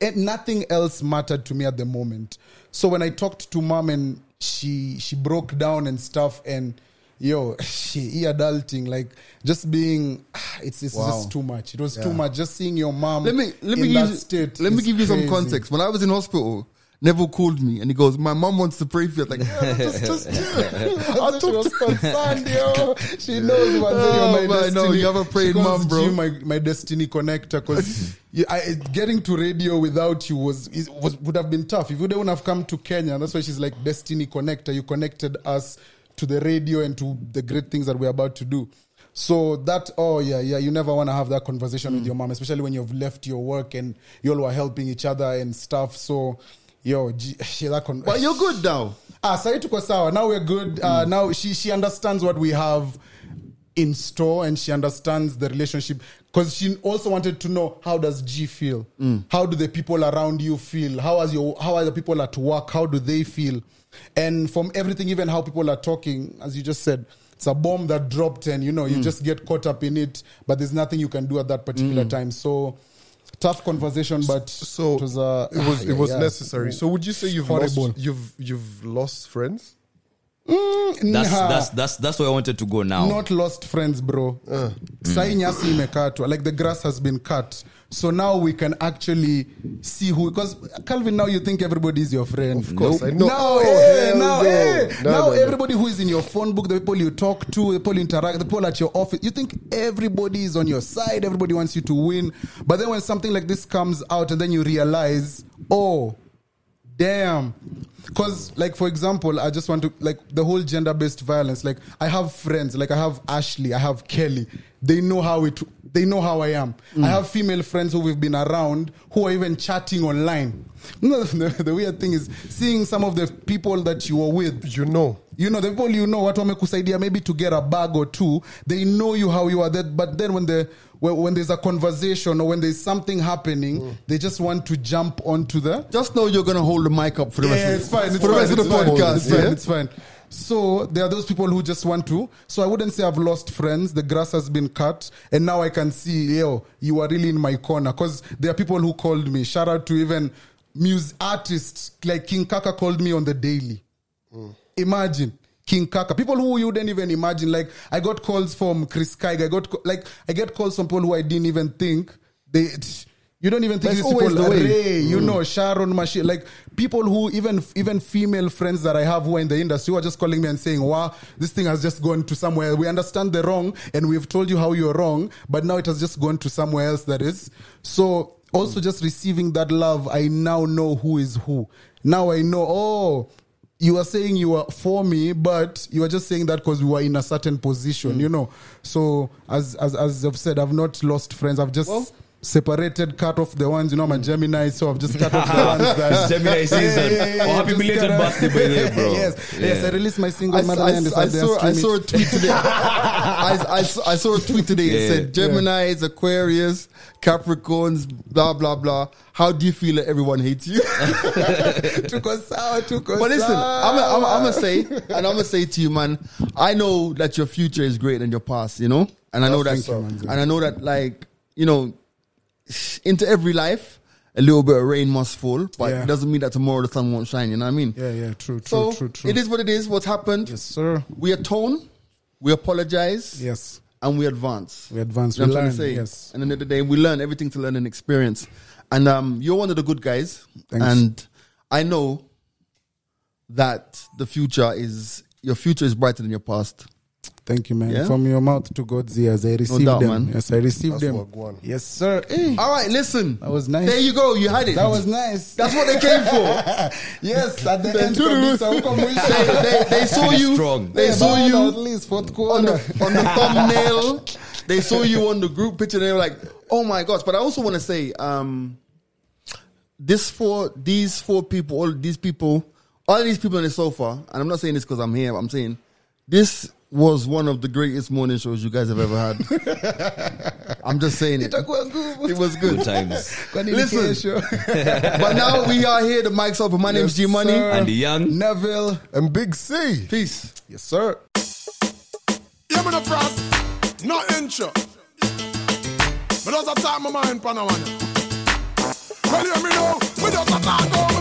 it, nothing else mattered to me at the moment so when i talked to mom and she she broke down and stuff and yo *laughs* she e adulting like just being *sighs* it's, it's just too much it was too much just seeing your mom Let me let me in give that you, state let me is give you some crazy. context. When I was in hospital, Neville called me and he goes, "My mom wants to pray for you." I was like, yeah, just, just *laughs* chill. I thought she was concerned, yo. She knows what's Oh, oh, my man, destiny. no, you haven't prayed, She calls mom, bro. G My, my destiny connector, *laughs* because getting to radio without you was, is, was would have been tough. If you wouldn't have come to Kenya, that's why she's like destiny connector. You connected us to the radio and to the great things that we're about to do. So that oh yeah yeah you never want to have that conversation Mm. with your mom especially when you've left your work and you all were helping each other and stuff so yo G, *laughs* that con- but you're good now. ah sahi tuko sawa now we're good Mm. uh, now she, she understands what we have in store and she understands the relationship because she also wanted to know how does g feel Mm. how do the people around you feel how are your how are the people at work how do they feel and from everything even how people are talking as you just said it's a bomb that dropped and you know Mm. you just get caught up in it but there's nothing you can do at that particular time so tough conversation but Mm. So it was a it was, ah, it was yeah. necessary. So would you say you've Horrible. lost you've you've lost friends? That's *laughs* Nah. that's that's that's where I wanted to go now. *laughs* not lost friends bro Uh. Mm. sai nyasi imekatwa like the grass has been cut so now we can actually see who because calvin now you think everybody is your friend of course, I know. now, Oh, eh, hell now, no. eh, No, now no, no. everybody who is in your phone book the people you talk to the people you interact the people at your office you think everybody is on your side everybody wants you to win but then when something like this comes out and then you realize oh damn because like for example i just want to like the whole gender-based violence like i have friends like i have ashley i have kelly they know how it they know how i am i have female friends who we've been around who are even chatting online *laughs* no, the, the weird thing is seeing some of the people that you were with You know. you know the people you know watu wamekusaidia maybe to get a bag or two they know you how you are there but then when the when, when there's a conversation or when there's something happening they just want to jump onto the Just know you're gonna hold the mic up for the rest. yeah, of it's fine. It's for the fine, rest it's of the fine, podcast. It's fine, yeah? it's fine. So there are those people who just want to. So I wouldn't say I've lost friends. The grass has been cut, and now I can see, yo, you are really in my corner. Because there are people who called me. Shout out to even music artists like King Kaka called me on the daily. Imagine. King Kaka, people who you didn't even imagine. Like I got calls from Chris Kaig. I got co- like I get calls from people who I didn't even think they. You don't even think That's these always people the way. Mm. Ray, you know Sharon Mashi, like people who even even female friends that I have who are in the industry who are just calling me and saying, "Wow, this thing has just gone to somewhere. We understand the wrong, and we've told you how you're wrong, but now it has just gone to somewhere else." That is so. Also, just receiving that love, I now know who is who. Now I know. Oh, you are saying you are for me, but you are just saying that because we were in a certain position, you know. So as as as I've said, I've not lost friends. I've just separated, cut off the ones, you know, I'm a Gemini, so I've just cut off *laughs* the ones *laughs* that Gemini *laughs* season. Oh, happy just belated cut off- birthday, by the way, bro. *laughs* yes, Yeah. yes, I released my single I, Madeline and I- I decided saw, I saw a tweet *laughs* today. I, I saw- I saw a tweet today. It Yeah, said Gemini's, Aquarius, Capricorns, blah blah blah. How do you feel that everyone hates you? *laughs* *laughs* took us out, took us but listen, out. I'm gonna I'm gonna say, and I'm gonna say to you, man. I know that your future is greater than your past, you know, and I know that, Thank you, man. and I know that, like you know, into every life, a little bit of rain must fall, but Yeah. it doesn't mean that tomorrow the sun won't shine. You know what I mean? yeah, yeah, true, So true, true, true. it is what it is. What's happened? yes, sir. We atone, we apologize, Yes, and we advance. we advance. You know We what I'm learn. trying to say? Yes, And at the end of the day, we learn everything to learn and experience. And um, you're one of the good guys. Thanks. And I know that the future is your future is brighter than your past. thank you, man. Yeah? From your mouth to God's ears, I received doubt, them. man. Yes, I received That's them. Wagwan. Yes, sir. Eh. All right, listen. That was nice. There you go. You had it. That was *laughs* nice. That's what they came for. *laughs* yes, at the They end, do. producer, who come *laughs* will they, say, they, they saw Finish you. strong. They saw "Man, you At least fourth on the quarter. on the thumbnail. They saw you on the group picture. They were like, "Oh my gosh!" But I also want to say, um, this four, these four people, all these people, all these people on the sofa. And I'm not saying this because I'm here. I'm saying this was one of the greatest morning shows you guys have ever had. I'm just saying it. Itakuwa ngumu. It was good. Good *laughs* times. Kwa nini Listen. kesho? But now we are here. The mic's open. My name's G Money. sir. And the young. Neville. And Big C. Peace. Yes, sir. Yeah, me the frost, no intro. But those are time my mind, Panawana. Well, hear me now, me just a talk over